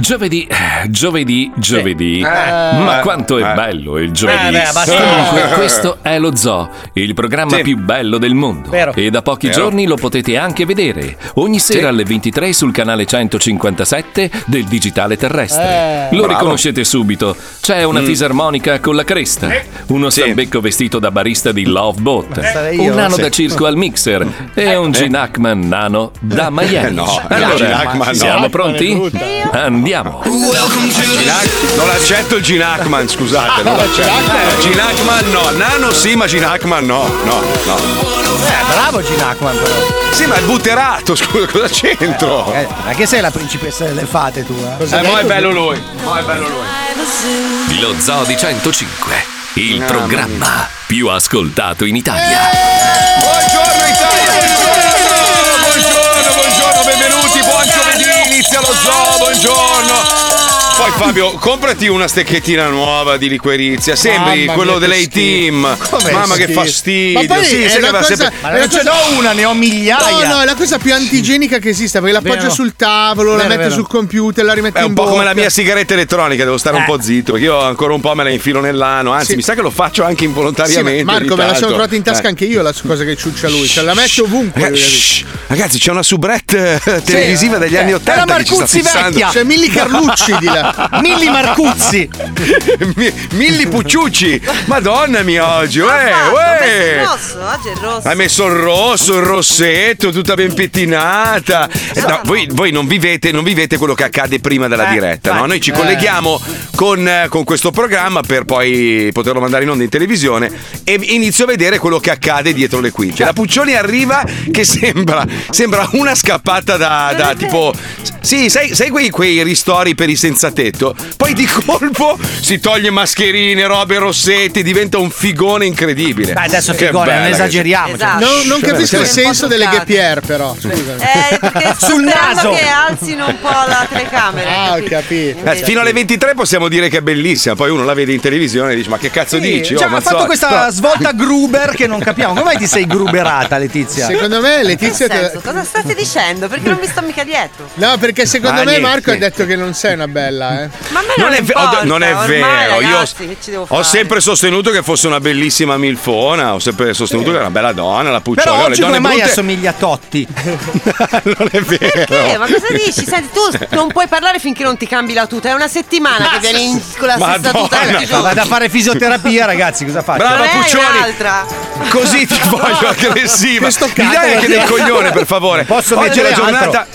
Giovedì, giovedì, giovedì. Eh. Ma quanto è bello il giovedì. Eh, beh, ma sì. Comunque, questo è lo Zoo, il programma più bello del mondo. Vero. E da pochi Vero. giorni lo potete anche vedere. Ogni sera alle 23 sul canale 157 del Digitale Terrestre. Eh. Mm. Lo Bravo. riconoscete subito. C'è una fisarmonica con la cresta, uno stambecco vestito da barista di Love Boat, Eh, sarei io. un nano Sì. Ecco. da circo al mixer e un Gene Hackman nano Eh. da maiale. No, Gene allora, Hackman no. siamo pronti? Andiamo. Ginac- non accetto il Gene Hackman, Ah, scusate, non l'accetto. Gene Hackman no, Nano sì, ma Gene Hackman no, no, no. Eh, bravo Gene Hackman però. Sì, ma il butterato, scusa, cosa c'entro? Eh, ma che sei la principessa delle fate tu? Eh? Eh, mo è bello lui, mo è bello lui. Lo Zoo di 105, il programma più ascoltato in Italia. Buongiorno Italia, buongiorno, buongiorno, buongiorno, benvenuti, buon giovedì, inizia lo zoo, buongiorno. Poi Fabio, comprati una stecchettina nuova di liquirizia, sembri Mamma quello mia, che dell'A Team. Come Mamma che schifo. fastidio. Ma poi sì, è sai che una va cosa- sempre- Ma non ce n'ho una, ne ho No, migliaia. no, è la cosa più antigenica che esista, perché l'appoggio Vero. sul tavolo, la Vero, metto vero. sul computer, la rimetto È in un po' bocca. Eh. come la mia sigaretta elettronica, devo stare un po' zitto, perché io ancora un po' me la infilo nell'ano, anzi Sì. mi sa che lo faccio anche Sì, ma involontariamente. Marco, me la sono trovata trovata in Eh. tasca anche io la cosa che ciuccia lui, cioè la metto ovunque. lui, capito? Ragazzi, c'è una subrette eh, televisiva degli anni Era 80 che ci sta Marcuzzi fissando. vecchia. C'è Milli Carlucci di là. Milli Marcuzzi. Mi- Milli Pucciucci, madonna mia oggi, uè, uè. rosso, oggi Ah, è rosso. Hai messo il rosso, il rossetto, tutta ben pettinata. Eh, no, voi voi non, vivete, non vivete quello che accade prima della Eh, diretta, no? infatti. Noi ci colleghiamo con, eh, con questo programma per poi poterlo mandare in onda in televisione e inizio a vedere quello che accade dietro le quinte. La Puccioni arriva che sembra, sembra una scappata da, da tipo... Sì, sai, sai quei, quei ristori per i senza tetto? Poi di colpo si toglie mascherine, robe, rossetti, diventa un figone incredibile. Dai, adesso Che figone, non bella che- esageriamo. Esatto. No, non Cioè, capisco siamo il un senso po' delle toccati. Gepierre, però. Scusa. Eh, perché Sul speriamo naso. che alzino un po' la telecamera. Ah, ho capito. Eh, fino alle 23 possiamo dire che è bellissima, poi uno la vede in televisione e dice ma che cazzo dici? Oh, Cioè, ha Mazzotti." fatto questa Però- svolta Gruber che non capiamo. Come mai ti sei gruberata, Letizia? Secondo me Che Letizia. te- senso? Cosa state dicendo? Perché non mi sto mica dietro. No, perché secondo Ah, me niente, Marco ha niente. detto che non sei una bella, eh. Ma a me Non è, ve- importa, oh, non è ormai, vero, ragazzi, io che ci devo ho fare? sempre sostenuto che fosse una bellissima milfona, ho sempre sostenuto che era una bella donna, la puccione, Però Oh, le oggi donne come mai brutte- assomiglia a Totti? non è vero. Perché? Eh, Ma cosa dici? Senti, tu non puoi parlare finché non ti cambi la tuta. È una settimana che vieni in- con la stessa Madonna. tuta tutti i giorni. Vado a fare fisioterapia, ragazzi, cosa faccio? Brava Non è Puccioni, un'altra. così ti voglio aggressiva. Questo Mi dai cazzo- anche del coglione, per favore. Posso oggi è la mettere giornata.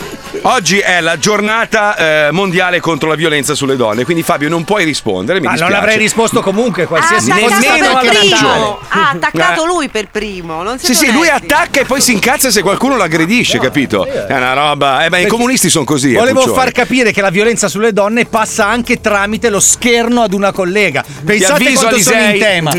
Oggi è la giornata eh, mondiale contro la violenza sulle donne, quindi Fabio non puoi rispondere. Mi Ma non dispiace. avrei risposto comunque, Ha qualsiasi attaccato nemmeno per alla primo. Natale. Ha attaccato Eh. lui per primo. Non Sì, sì, siete lui onesti. attacca e poi si incazza se qualcuno lo aggredisce, capito? È una roba. Eh, ma i comunisti sono così. eh, Volevo Puccioni. far capire che la violenza sulle donne passa anche tramite lo scherno ad una collega. Pensate avviso, quanto sono in Alisei. tema.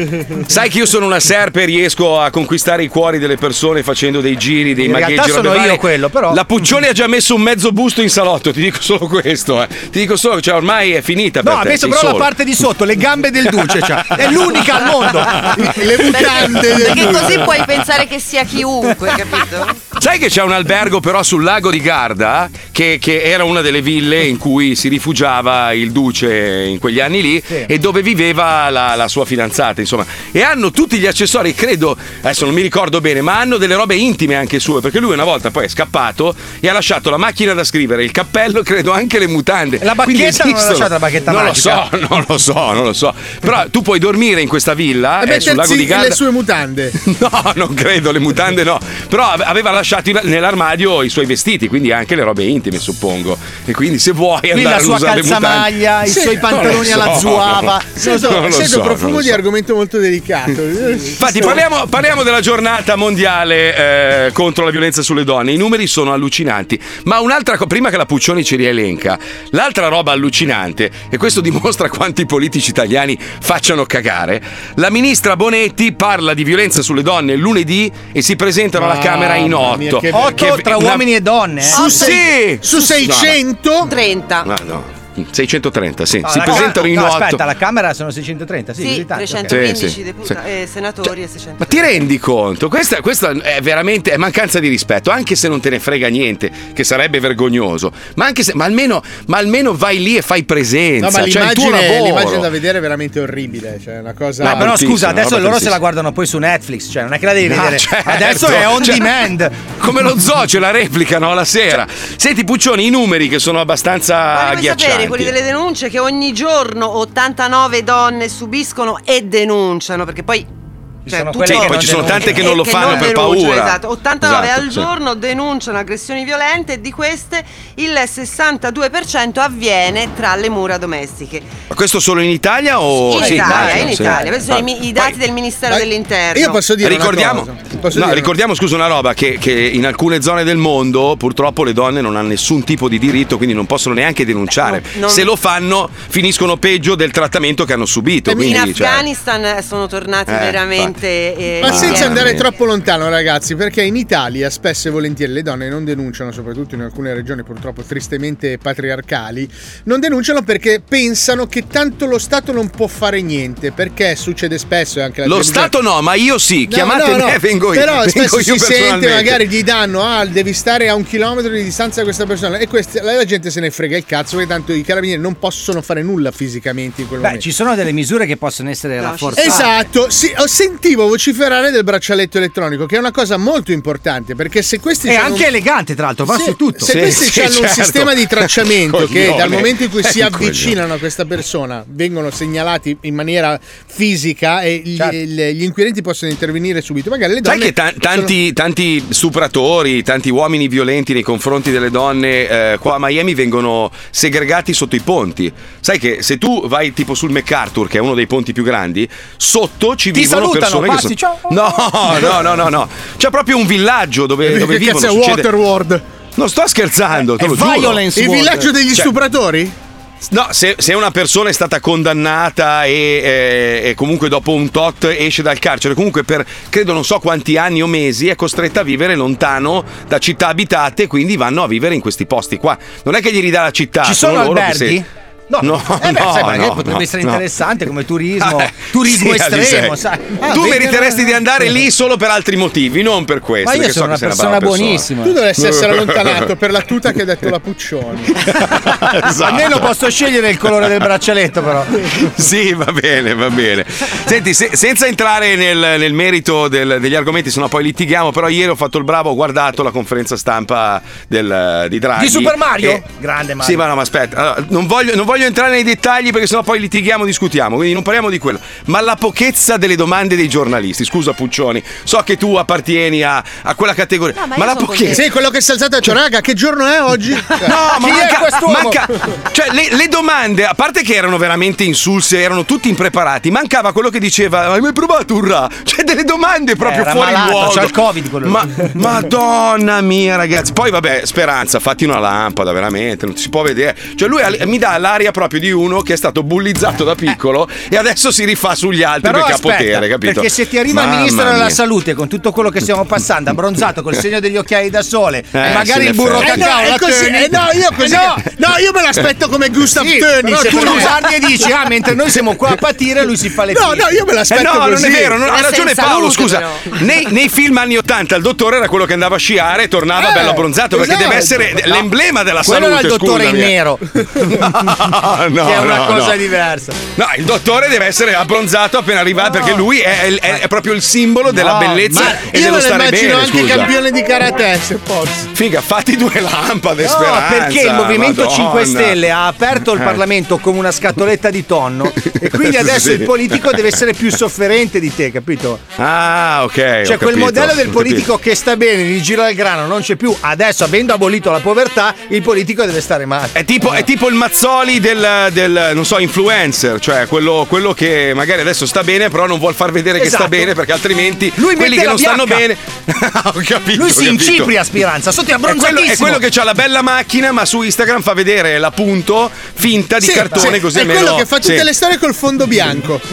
Sai che io sono una serpe e riesco a conquistare i cuori delle persone facendo dei giri, dei In magheggi. realtà sono robe io varie. quello, però. La Puccioni ha già messo un mezzo busto in salotto, ti dico solo questo. eh. Ti dico solo, cioè ormai è finita. No, per te, adesso sei però la solo. parte di sotto, le gambe del duce, cioè, è l'unica al mondo. Le mutande. del- Perché così puoi pensare che sia Eh. chiunque, capito? Sai che c'è un albergo però sul lago di Garda, che, che era una delle ville in cui si rifugiava il duce in quegli anni lì e dove viveva la, la sua fidanzata, insomma. E hanno tutti gli accessori, credo, adesso non mi ricordo bene, ma hanno delle robe intime anche sue, perché lui una volta poi è scappato e ha lasciato la macchina da scrivere, il cappello, credo anche le mutande. La Quindi bacchetta non l'ha esistono. lasciata la bacchetta Non magica? lo so, non lo so, non lo so. Però tu puoi dormire in questa villa E eh, sul lago mettersi di Garda. le sue mutande. No, non credo, le mutande no. Però ave- aveva lasciato in- nell'armadio i suoi vestiti, quindi anche le robe intime, suppongo. E quindi se vuoi Qui andare la a sua usare le mutande- calzamaglia, i Sì, suoi non lo pantaloni alla so. zuava. Non so, Non lo sento so, non profumo lo di so. argomento molto delicato. Infatti, parliamo, parliamo della giornata mondiale eh, contro la violenza sulle donne. I numeri sono allucinanti. Ma un'altra cosa, prima che la Puccioni ci rielenca, l'altra roba allucinante, e questo dimostra quanti i politici italiani facciano cagare. La ministra Bonetti parla di violenza sulle donne lunedì e si presentano alla Mamma Camera in mia, otto. che Otto Che- tra una- uomini e donne. eh. Su, sei- Sì! su 600 30. Ma Ah, no. 630, sì. No, si la presentano Camera- in no, otto. Aspetta, la Camera sono 630, sì, Sì, così tanti, ok. 315 Sì, sì, deputa- sì. eh, senatori e 600. Ma ti rendi conto? Questa, questa è veramente è mancanza di rispetto, anche se non te ne frega niente, che sarebbe vergognoso. Ma, anche se, ma, almeno, ma almeno vai lì e fai presenza. No, ma cioè il tuo l'immagine, lavoro. l'immagine da vedere è veramente orribile. Cioè, è una cosa. No, però bruttissima, scusa, adesso loro roba se bruttissima. la guardano poi su Netflix, cioè non è che la devi Ah, vedere. certo. Adesso è on Cioè, demand. Cioè- Come lo zoo ce la replicano alla sera. Senti, Puccioni, i numeri che sono abbastanza Voglio sapere, agghiaccianti. quelli delle denunce, che ogni giorno 89 donne subiscono e denunciano, perché poi... Cioè, sono tutto- quelle Sì, che poi non ci sono denunciano. tante che non e lo fanno per denunciano, paura. Esatto, 89 Esatto, al sì. giorno denunciano aggressioni violente, di queste il 62% avviene tra le mura domestiche. Ma questo solo in Italia o Oh, In Italia, immagino, in sì. Italia, questi sono i mi- i dati Vai. del Ministero Ma- dell'Interno. Io posso dire. una ricordiamo, cosa. no, Posso dire- ricordiamo, scusa, una roba che, che in alcune zone del mondo purtroppo le donne non hanno nessun tipo di diritto, quindi non possono neanche denunciare. Beh, no, non- Se lo fanno, finiscono peggio del trattamento che hanno subito. in quindi, cioè- Afghanistan sono tornati Eh, veramente. eh, Ma senza indietro. andare mia. troppo lontano, ragazzi, perché in Italia spesso e volentieri le donne non denunciano, soprattutto in alcune regioni purtroppo tristemente patriarcali, non denunciano perché pensano che tanto lo Stato non può fare niente, perché succede spesso e anche la Lo televisione- Stato no, ma io sì, No, chiamate no, no. me, vengo io. Però vengo spesso io si sente, personalmente. magari gli danno, ah, devi stare a un chilometro di distanza da questa persona. E questa, la, la gente se ne frega il cazzo, perché tanto i carabinieri non possono fare nulla fisicamente in quel Bè, momento. ci sono delle misure che possono essere No, ci rafforzate. Esatto, sì, ho- sentivo vociferare del braccialetto elettronico, che è una cosa molto importante, perché se questi È hanno anche un- elegante, tra l'altro, va Sì, su tutto. Se Sì, questi sì, hanno un certo. sistema di tracciamento che Coglione. dal momento in cui si È un coglione. avvicinano a questa persona vengono segnalati in maniera fisica e gli, Certo. e le- gli inquirenti possono intervenire subito. Magari le donne Sai che ta- sono- tanti, tanti stupratori, tanti uomini violenti nei confronti delle donne eh, qua a Miami vengono segregati sotto i ponti. Sai che se tu vai tipo sul MacArthur, che è uno dei ponti più grandi, sotto ci Ti vivono salutano, persone passi, che sono... ciao. No, no, no, no, no. C'è proprio un villaggio dove, dove Eh, che vivono. cazzo è succede- Waterworld? Non sto scherzando, te È lo giuro. violence Il world. villaggio degli Cioè- stupratori? No, se, se una persona è stata condannata e, eh, e comunque dopo un tot esce dal carcere, comunque per credo non so quanti anni o mesi è costretta a vivere lontano da città abitate, quindi vanno a vivere in questi posti qua. Non è che gli ridà la città. Ci sono Ah, loro che alberghi? se- No, no, Eh beh, sai, magari no, potrebbe no, essere no. interessante come turismo, Eh, turismo sì, estremo, Alisei. sai. tu Ah, meriteresti di andare lì solo per altri motivi, non per questo. Ma io perché so sono una che sei persona brava buonissima. Tu dovresti essere allontanato per la tuta che ha detto la Puccioni. Esatto. Almeno posso scegliere il colore del braccialetto, però. Sì, va bene, va bene. Senti, se- senza entrare nel, nel merito del- degli argomenti, sennò poi litighiamo, però ieri ho fatto il bravo, ho guardato la conferenza stampa del- di Draghi. Di Super Mario? E- Grande Mario. Sì, ma no, ma aspetta, allora, non, voglio, non voglio entrare nei dettagli perché sennò poi litighiamo, discutiamo, quindi non parliamo di quello. Ma la pochezza delle domande dei giornalisti, scusa Puccioni, so che tu appartieni a, a quella categoria, No, Ah, ma ma, io la sono pochezza... Sì, quello che si è alzato e ha detto, raga, che giorno è oggi? No, ma Chi è manca, quest'uomo? manca- cioè, le, le domande, a parte che erano veramente insulse, erano tutti impreparati, mancava quello che diceva: "Ah, Hai mai provato un ra? Cioè, delle domande proprio era fuori malato, luogo. c'ha il Covid quello lì. Ma, madonna mia, ragazzi. Poi, vabbè, speranza, fatti una lampada, veramente, non si può vedere. Cioè, lui al- mi dà l'aria proprio di uno che è stato bullizzato da piccolo e adesso si rifà sugli altri Eh. Però perché aspetta, ha potere, capito? perché se ti arriva Mamma il ministro della mia. salute con tutto quello che stiamo passando, abbronzato col segno degli occhiali da sole, e se magari ne il burro frega. Eh no, cacao, è la così, Koenig- eh no, io così. No, no, io me l'aspetto come Gustav Sì, Tönnies. però tu secondo lo me. guardi e dici, ah, mentre noi siamo qua a patire, lui si fa le No, fighe. no, io me Eh l'aspetto no, così. non è vero, non, ha Era ragione senza Paolo, salute, scusa. però. Nei, nei film anni 80 il dottore era quello che andava a sciare e tornava Eh, bello abbronzato perché esatto. deve essere l'emblema della Quello salute. era il dottore in scusami. eh. nero, No, no, che è una no, cosa no. diversa. No, il dottore deve essere abbronzato appena arrivato perché lui è, è- è proprio il simbolo della bellezza io e dello me lo stare immagino bene. anche scusa. campione di karate, se posso. Figa, fatti due lampade, No, speranza. perché il Movimento 5 Madonna. Eh. Stelle ha aperto il Parlamento come una scatoletta di tonno e quindi adesso Sì. il politico deve essere più sofferente di te, capito? Ah, ok. ho Cioè, quel capito, modello del ho politico che sta bene, gli gira il grano, non c'è più. Adesso, avendo abolito la povertà, il politico deve stare male. È tipo, è tipo il Mazzoli del, del, non so, influencer, cioè quello, quello che magari adesso sta bene, però non vuol far vedere che sta Esatto. bene perché altrimenti Lui quelli mette che la non stanno bianca. bene. Ho capito. Lui ho si capito. incipria a Spiranza, sotto è È quello, abbronzatissimo. è quello che ha la bella macchina, ma su Instagram fa vedere la punto finta di Sì, cartone sì, così È almeno. quello che fa tutte sì. le storie col fondo bianco.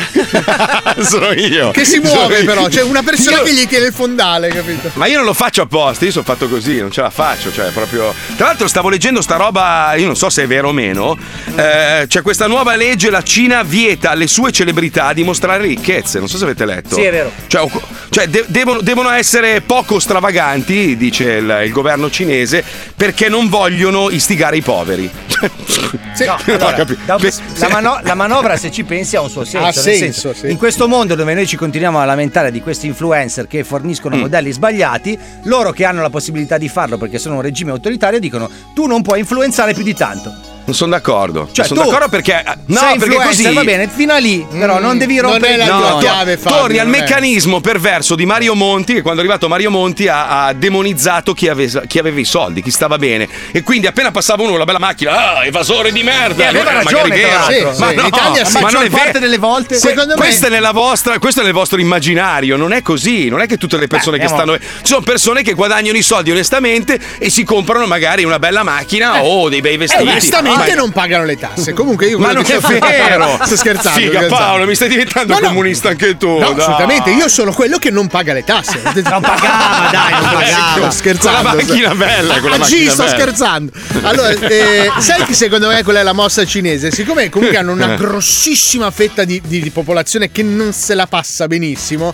Sono io. Che si Sono muove, io. però. Cioè, una persona Io- che gli tiene il fondale, capito? Ma io non lo faccio apposta, io sono fatto così, non ce la faccio, cioè proprio. Tra l'altro stavo leggendo sta roba, io non so se è vero o meno, eh, eh, c'è questa nuova legge, la Cina vieta alle sue celebrità di mostrare ricchezze. Non so se avete letto. Sì, è vero. Cioè, o- cioè, de- devono, devono essere poco stravaganti, dice il, il governo cinese, perché non vogliono istigare i poveri. No, Non ho allora, capito. da- Beh, la, mano- la manovra, se ci pensi, ha un suo senso. Ha nel senso, sì. In questo mondo dove noi ci continuiamo a lamentare di questi influencer che forniscono Mm. modelli sbagliati, loro che hanno la possibilità di farlo perché sono un regime autoritario dicono tu non puoi influenzare più di tanto. Non sono d'accordo. Cioè, non sono tu d'accordo perché. eh, No, Sei perché influencer, così. Mm, va bene, fino a lì, però non devi non rompere è la il No, tua gioco. no, chiave, Fabio, torni al non è. meccanismo perverso di Mario Monti che quando è arrivato Mario Monti ha, ha demonizzato chi aveva, chi aveva i soldi, chi stava bene e quindi appena passava uno con la bella macchina ah evasore di merda E aveva Magari ragione, vero. tra l'altro. Sì, ma Sì, no, l'Italia sì. ma non maggior è parte vero delle volte. Secondo me- questo, è nella vostra- questo è nel vostro immaginario, non è così. Non è che tutte le persone Beh, che andiamo- stanno. Ci sono persone che guadagnano i soldi onestamente e si comprano magari una bella macchina o dei bei Eh, vestiti. onestamente Ma- non pagano le tasse. Comunque io Ma quello non che è sto- vero! Sto scherzando. sto Figa scherzando. Paolo, mi stai diventando Ma no. comunista anche tu! No, dai. assolutamente, io sono quello che non paga le tasse. Non pagava, dai, non Sto pagava. scherzando. Con la macchina bella, con la Ah, macchina sì, sto bella. scherzando. Allora, eh, sai che secondo me quella è la mossa cinese? Siccome comunque hanno Eh. una grossissima fetta di, di- di popolazione che non se la passa benissimo.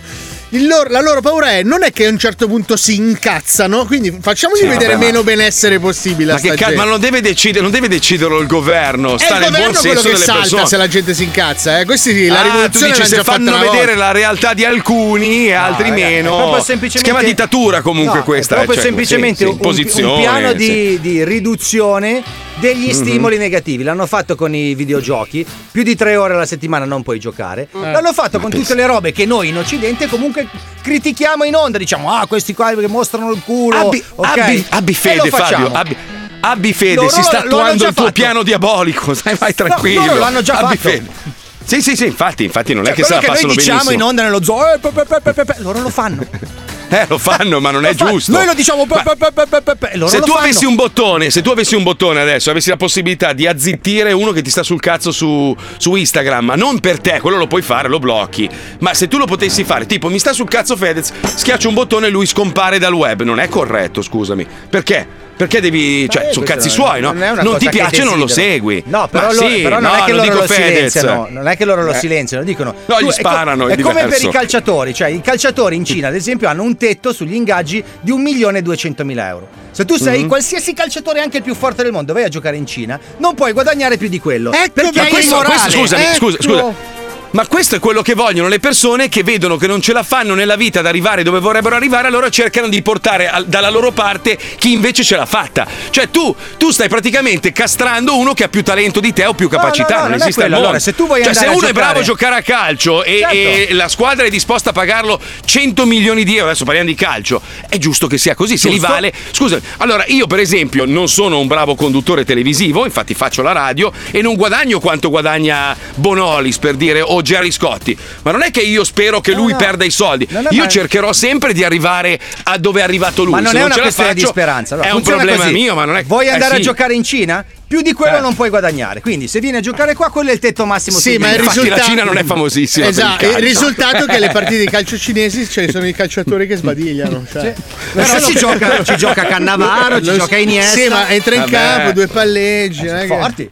il loro- la loro paura è non è che a un certo punto si incazzano, quindi facciamogli Sì, vedere vabbè, ma- meno benessere possibile. a Ma, che sta cazzo, gente. ma non deve, decidere, non deve deciderlo il governo, È sta il nel buon governo quello senso che delle salta persone. se la gente si incazza, eh. Questi sì, la Ah, rivoluzione tu dici l'hanno se già fatta fanno una vedere volta. la realtà di alcuni e altri ragazzi, è meno. proprio Si semplicemente- chiama dittatura comunque No, questa. È proprio cioè, semplicemente sì, sì, un- un, imposizione, piano di, sì. Mhm. di riduzione degli stimoli negativi. L'hanno fatto con i videogiochi, più di tre ore alla settimana non puoi giocare. L'hanno fatto con tutte le robe che noi in Occidente comunque critichiamo in onda. Diciamo, ah, questi qua che mostrano il culo. Abbi, ok? abbi- abbi E fede, lo facciamo. Fabio. Ah, Abbi, abbi fede, Loro si sta lo- lo hanno attuando già il tuo fatto. piano diabolico. Sai, vai tranquillo. loro l'hanno già abbi fatto. fede. Sì, sì, sì, infatti, infatti non Cioè, è che se la quello che passano noi diciamo benissimo. in onda nello zoo, eh, pe- pe- pe- pe- pe- pe- loro lo fanno. Eh, lo fanno, ma non è Lo fa- giusto. Noi lo diciamo, pe- Ma- pe- pe- pe- pe- pe- pe- loro se lo tu fanno. avessi un bottone, se tu avessi un bottone adesso, avessi la possibilità di azzittire uno che ti sta sul cazzo su, su Instagram, ma non per te, quello lo puoi fare, lo blocchi. Ma se tu lo potessi fare, tipo mi sta sul cazzo Fedez, schiaccio un bottone e lui scompare dal web. Non è corretto, scusami. Perché? Perché devi. Cioè, Eh, sono questo cazzi non- suoi, no? non è una Non, cosa ti che piace, non lo desidero. segui. No, però, Ma loro- sì, però non no, è che loro dico lo Fedez. silenziano, non è che loro lo Eh. silenziano, dico. No, gli sparano, è È, come per diverso. i calciatori, cioè i calciatori in Cina, ad esempio, hanno un tetto sugli ingaggi di 1.200.000 euro. Se tu sei Mhm. qualsiasi calciatore, anche il più forte del mondo, vai a giocare in Cina, non puoi guadagnare più di quello. Ecco perché ma è questo- immorale. questo- scusami, Ecco. scusa, scusa. Ma questo è quello che vogliono le persone che vedono che non ce la fanno nella vita ad arrivare dove vorrebbero arrivare, allora cercano di portare al- dalla loro parte chi invece ce l'ha fatta. Cioè tu, tu stai praticamente castrando uno che ha più talento di te o più capacità, no, no, non, non è esiste al quello. mondo. Allora, se tu vuoi cioè se andare a uno è giocare- bravo a giocare a calcio e, Certo. e la squadra è disposta a pagarlo 100 milioni di euro, adesso parliamo di calcio, è giusto che sia così, se li Giusto. vale. Scusa, allora io per esempio non sono un bravo conduttore televisivo, infatti faccio la radio e non guadagno quanto guadagna Bonolis per dire o Jerry Scotti, ma non è che io spero che No, lui no. perda i soldi, No, no, io ma- cercherò sempre di arrivare a dove è arrivato lui. Ma non se è non una ce la questione faccio, di speranza. Allora, è un funziona problema così. mio, ma non è Vuoi eh, andare a sì. giocare in Cina? Più di quello Eh. non puoi guadagnare. Quindi, se vieni a giocare qua, quello è il tetto massimo. Sì, sui ma il diritti. Infatti risultato la Cina non è famosissima per il Esatto, il, calcio. risultato è che le partite di calcio cinesi ci sono i calciatori che sbadigliano. Cioè. Però ci gioca, ci gioca Cannavaro, ci Lo- gioca Iniesta. Sì, ma entra in Vabbè. campo, due palleggi. non è che- Forti.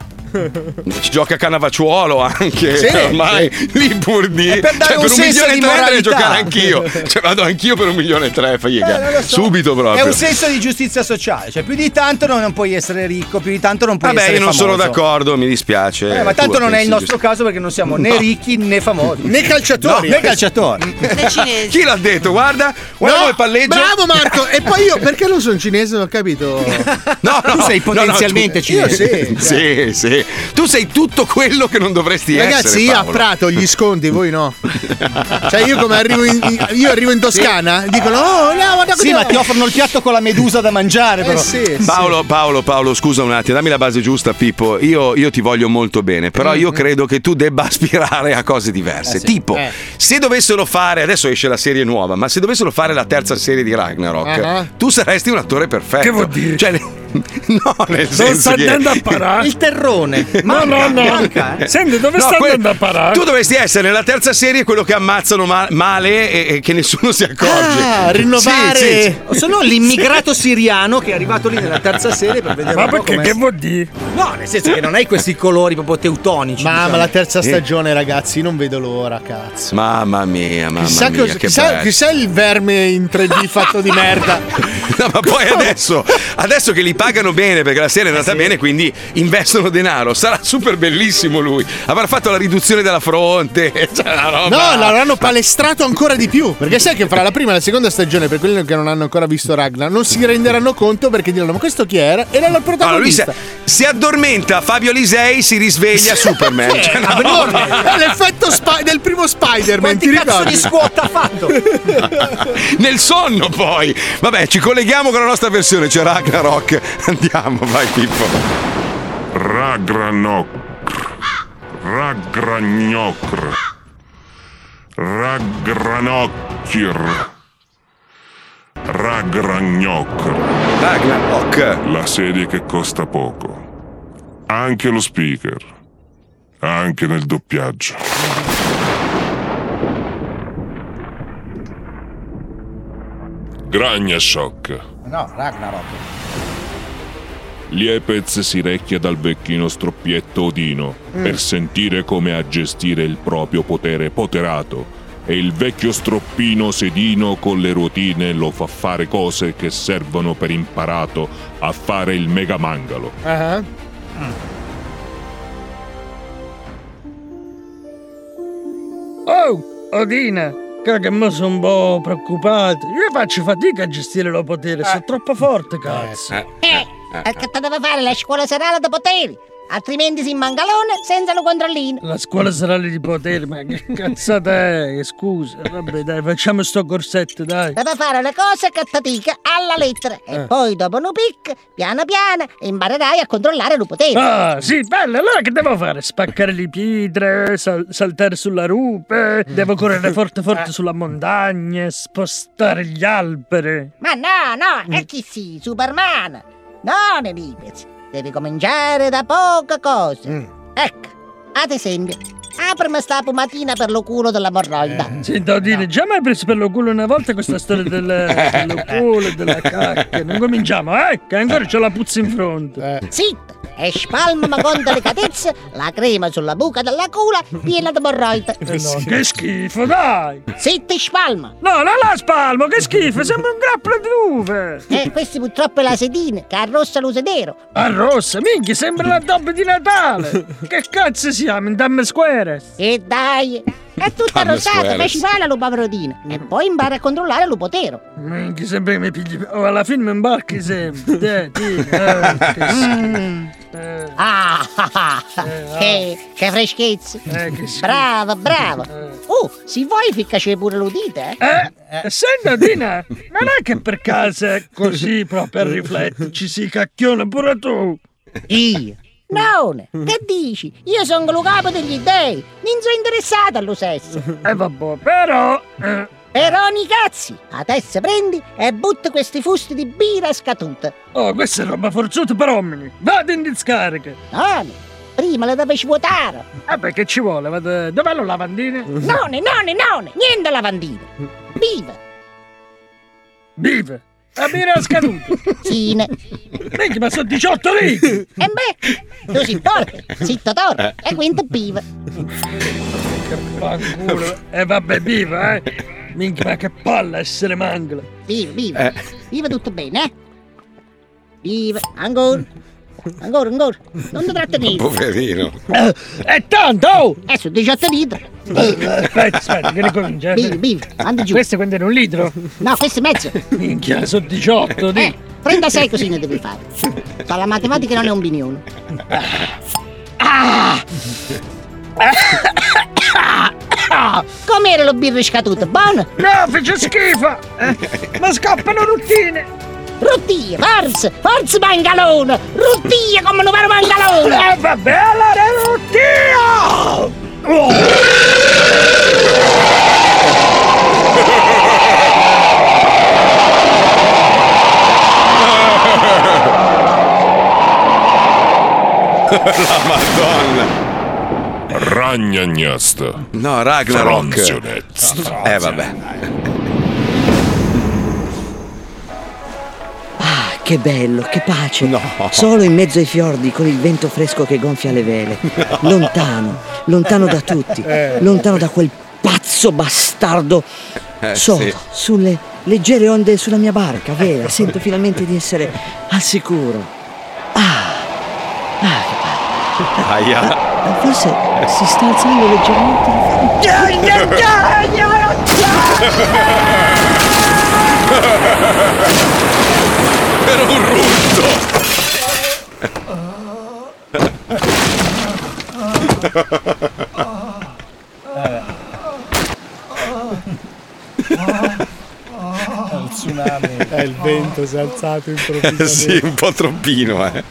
Ci gioca Cannavacciuolo anche Sì. ormai lì pur di cioè, È per dare un per un senso milione di e tre andrei a moralità. giocare anch'io cioè vado anch'io per un milione e tre fai Eh, non lo so. subito proprio È un senso di giustizia sociale, cioè più di tanto non, non puoi essere ricco, più di tanto non puoi Vabbè, essere io non sono famoso. d'accordo, mi dispiace. Eh, ma Tu tanto la non è il pensi nostro giusto. caso perché non siamo né No. ricchi né famosi. Né No, calciatori. né calciatori. Le cinesi. Chi l'ha detto? Guarda, guarda No, come palleggia. Bravo Marco! E poi io perché non sono cinese? Non ho capito. No, no, Tu sei no, no, potenzialmente tu- cinese. Io sì. Sì, sì. Tu sei tutto quello che non dovresti Ragazzi, essere. io a Paolo. Prato gli sconti, voi no. Cioè, io come arrivo in, in- io arrivo in Toscana, dicono: Oh, no, guarda Sì, ma ti offrono il piatto con la medusa da mangiare, Eh, però. sì, sì. Paolo, Paolo, Paolo, scusa un attimo, dammi la base giusta, Pippo. Io, io ti voglio molto bene, però io credo che tu debba aspirare a cose diverse. Tipo, Mm-hmm. Eh. se dovessero fare, adesso esce la serie nuova, ma se dovessero fare la terza serie di Ragnarok, Ah. tu saresti un attore perfetto. Che vuol dire? Cioè, No, nel senso sta che- andando a parare. Il terrone. No, no, no. manca, eh. Senti, dove No, sta que- andando a parare? Tu dovresti essere nella terza serie quello che ammazzano ma- male e, e che nessuno si accorge. Ah, rinnovare. Sì, sì, sì. Sono l'immigrato siriano che è arrivato lì nella terza serie per vedere Ma un po' perché com'è. che vuol dire? No, nel senso che non hai questi colori proprio teutonici. Mamma, diciamo. la terza stagione, ragazzi, non vedo l'ora, cazzo. Mamma mia, mamma Chissà, mia, cosa- che chissà- bello. chissà il verme in 3D fatto di merda. No, ma poi adesso, adesso che li pagano bene perché la serie è Eh andata bene, quindi investono denaro. Sarà super bellissimo lui. Avrà fatto la riduzione della fronte. Cioè, una No, roba- l'hanno palestrato ancora di più. Perché sai che fra la prima e la seconda stagione, per quelli che non hanno ancora visto Ragnar, non si renderanno conto perché diranno: Ma questo chi era? Era il Allora, Ah, lui si, protagonista. si addormenta, Fabio Lisei si risveglia Superman. Cioè, no. È l'effetto spa- del primo Spider-Man, ti Quanti cazzo di ricordi? squat ha fatto? Nel sonno poi. Vabbè, ci colleghiamo con la nostra versione, c'è Ragnarok. Andiamo, vai Pippo. Ragranok. Ragragnocr. Ragranocchir. Ragragnocr. Ragnarok. La serie che costa poco. Anche lo speaker. Anche nel doppiaggio. Gragna shock. No, Ragnarok. Liepez si recchia dal vecchino stroppietto Odino per sentire come a gestire il proprio potere poterato e il vecchio stroppino sedino con le ruotine lo fa fare cose che servono per imparato a fare il mega mangalo. Ah, Oh, Odina, cara che mo sono un po' preoccupato. Io faccio fatica a gestire lo potere, sono troppo forte, cazzo. Eh, perché te deve fare la scuola serale da poteri, altrimenti si mangalone senza lo controllino. La scuola serale di potere, ma che cazzata è? Scusa, vabbè dai, facciamo sto corsetto, dai. Deve fare le cose che ti dica alla lettera Eh. e poi dopo un pic, piano piano, imparerai a controllare lo potere. Ah, sì, bello, allora che devo fare? Spaccare le pietre, sal- saltare sulla rupe, devo correre forte forte sulla montagna, spostare gli alberi. Ma no, no, e chi si, Superman? No, Nelipez, devi cominciare da poche cose. Mm. Ecco, ad esempio, aprimi sta pomatina per lo culo della morroida. Senti, Odina, già mi hai preso per lo culo una volta questa storia del, dello culo e della cacca. Non cominciamo, eh, che ancora c'ho la puzza in fronte. Eh. Zitto! E spalmami con delicatezza la crema sulla buca della culla piena di morroide. Eh no, che schifo, dai! Zitto e spalma! No, non la spalmo, che schifo, sembra un grappolo di uve! Eh, questi purtroppo è la sedina che arrossa lo sedero. Arrossa, minchia, sembra l'addobbo di Natale! Che cazzo siamo, in Damme Square? E dai! È tutta Dammi arrossata, square. pesci male lo pavarodino. E poi impara a controllare lo potero. Minchia, sembra che mi pigli... Oh, alla fine mi imbarchi sempre! Dai, dì, eh, che schifo. Eh, Ah, ah, ah, ah. Che, che freschezza! eh, che schifo! Bravo, bravo! Oh, se vuoi ficcaci pure l'udite, eh? Eh, senti Dina, non è che per caso è così proprio a riflettere ci si cacchiona pure tu? Io! None, che dici? Io sono lo capo degli dei, non sono interessato allo sesso. E eh, vabbè, però... eh, Però ni cazzi, adesso prendi e butti questi fusti di birra scaduta. oh, questa è roba forzuta per uomini! Vado in discarica! None, prima le devi svuotare. Vabbè, che ci vuole? Vado... Dov'è lo lavandino? None, none, none, niente lavandina. Viva, Vive! La birra è scaduta! sine. Minchia, ma sono 18 lì! E beh, tu si torta, si torta, e quindi viva. Fanculo! E vabbè, viva, eh! Minchia, ma che palla essere mangla! Viva, viva. Viva tutto bene, eh? Viva, ancora. Ancora, ancora. Non ti trattenere. Poverino. Eh, è tanto! oh! Eh, sono 18 litri. Aspetta, aspetta, che ricomincia! Viva, viva, andi giù. Questo quando era un litro? No, questo è mezzo. Minchia, sono 18, Eh, dì! 36 così ne devi fare. Ma la matematica non è un bignone. Ah! Com'era lo birro scaduto? Buono? No, fece schifo! Eh, ma scappano ruttine! Ruttia, forza, forza mangalone! Ruttia come un vero mangalone! E Eh, vabbè, allora è ruttio! Oh, La madonna. Ragnagnast. No, Ragnarok. Fronzionetz. Eh vabbè. Ah, che bello, che pace. No. Solo in mezzo ai fiordi, con il vento fresco che gonfia le vele. Lontano, lontano da tutti. Lontano da quel pazzo bastardo. Eh, Solo, sì. sulle leggere onde sulla mia barca, vera. Sento finalmente di essere al sicuro. Ah, ah, che pace. Aia. Forse si sta alzando leggermente. Era un rutto. Eh, il vento si è alzato improvvisamente. Eh, sì, un po' troppino, eh.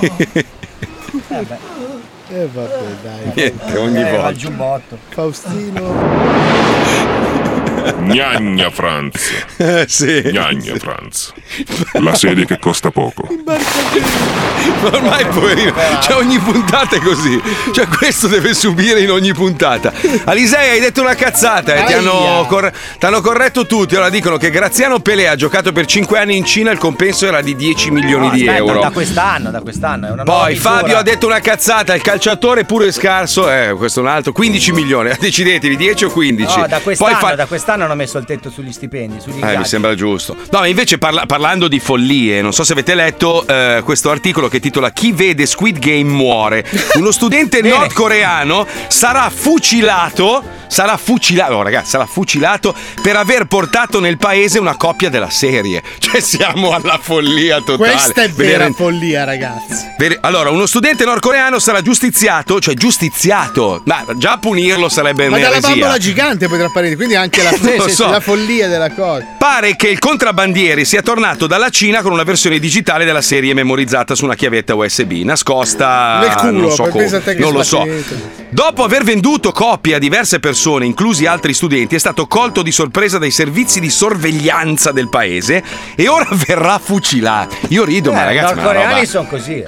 E Eh, vabbè, Eh, dai. Niente, ogni volta. Faustino. Gnagna Franz. Eh, sì. Gnagna Franz. La serie che costa poco. Ma ormai poverino, cioè ogni puntata è così. Cioè questo deve subire in ogni puntata. Alisei hai detto una cazzata e ti hanno, Aia. cor- ti hanno corretto tutti. Allora dicono che Graziano Pelé ha giocato per 5 anni in Cina, il compenso era di 10 milioni di aspetta, euro. Da quest'anno, da quest'anno. È una nuova Poi misura. Fabio ha detto una cazzata, il calciatore pure è scarso, eh, questo è un altro, 15 milioni, decidetevi 10 o 15. No, da quest'anno, Poi fa- da quest'anno hanno messo il tetto sugli stipendi, sugli Eh, mi ingaggi. sembra giusto. No, ma invece parla- parlando di follie, non so se avete letto eh, questo articolo che titola Chi vede Squid Game muore. Uno studente Bene. nordcoreano sarà fucilato, sarà fucilato, no ragazzi, sarà fucilato per aver portato nel paese una copia della serie. Cioè siamo alla follia totale. Questa è Ve ne vera rend- follia, ragazzi. Veri- Allora, uno studente nordcoreano sarà giustiziato, cioè giustiziato, ma già punirlo sarebbe Ma dalla un'eresia. bambola gigante poi tra parenti, quindi anche la, Sì, lo so. la follia della cosa. Pare che il contrabbandieri sia tornato dalla Cina con una versione digitale della serie memorizzata su una chiavetta USB, nascosta Nel culo, Ah, non so poi come, pensa a te che non lo so. sbattimento. Dopo aver venduto copie a diverse persone, inclusi altri studenti, è stato colto di sorpresa dai servizi di sorveglianza del paese e ora verrà fucilato. Io rido, ma Eh, I ragazzi, ma è una nordcoreani roba- sono così. eh.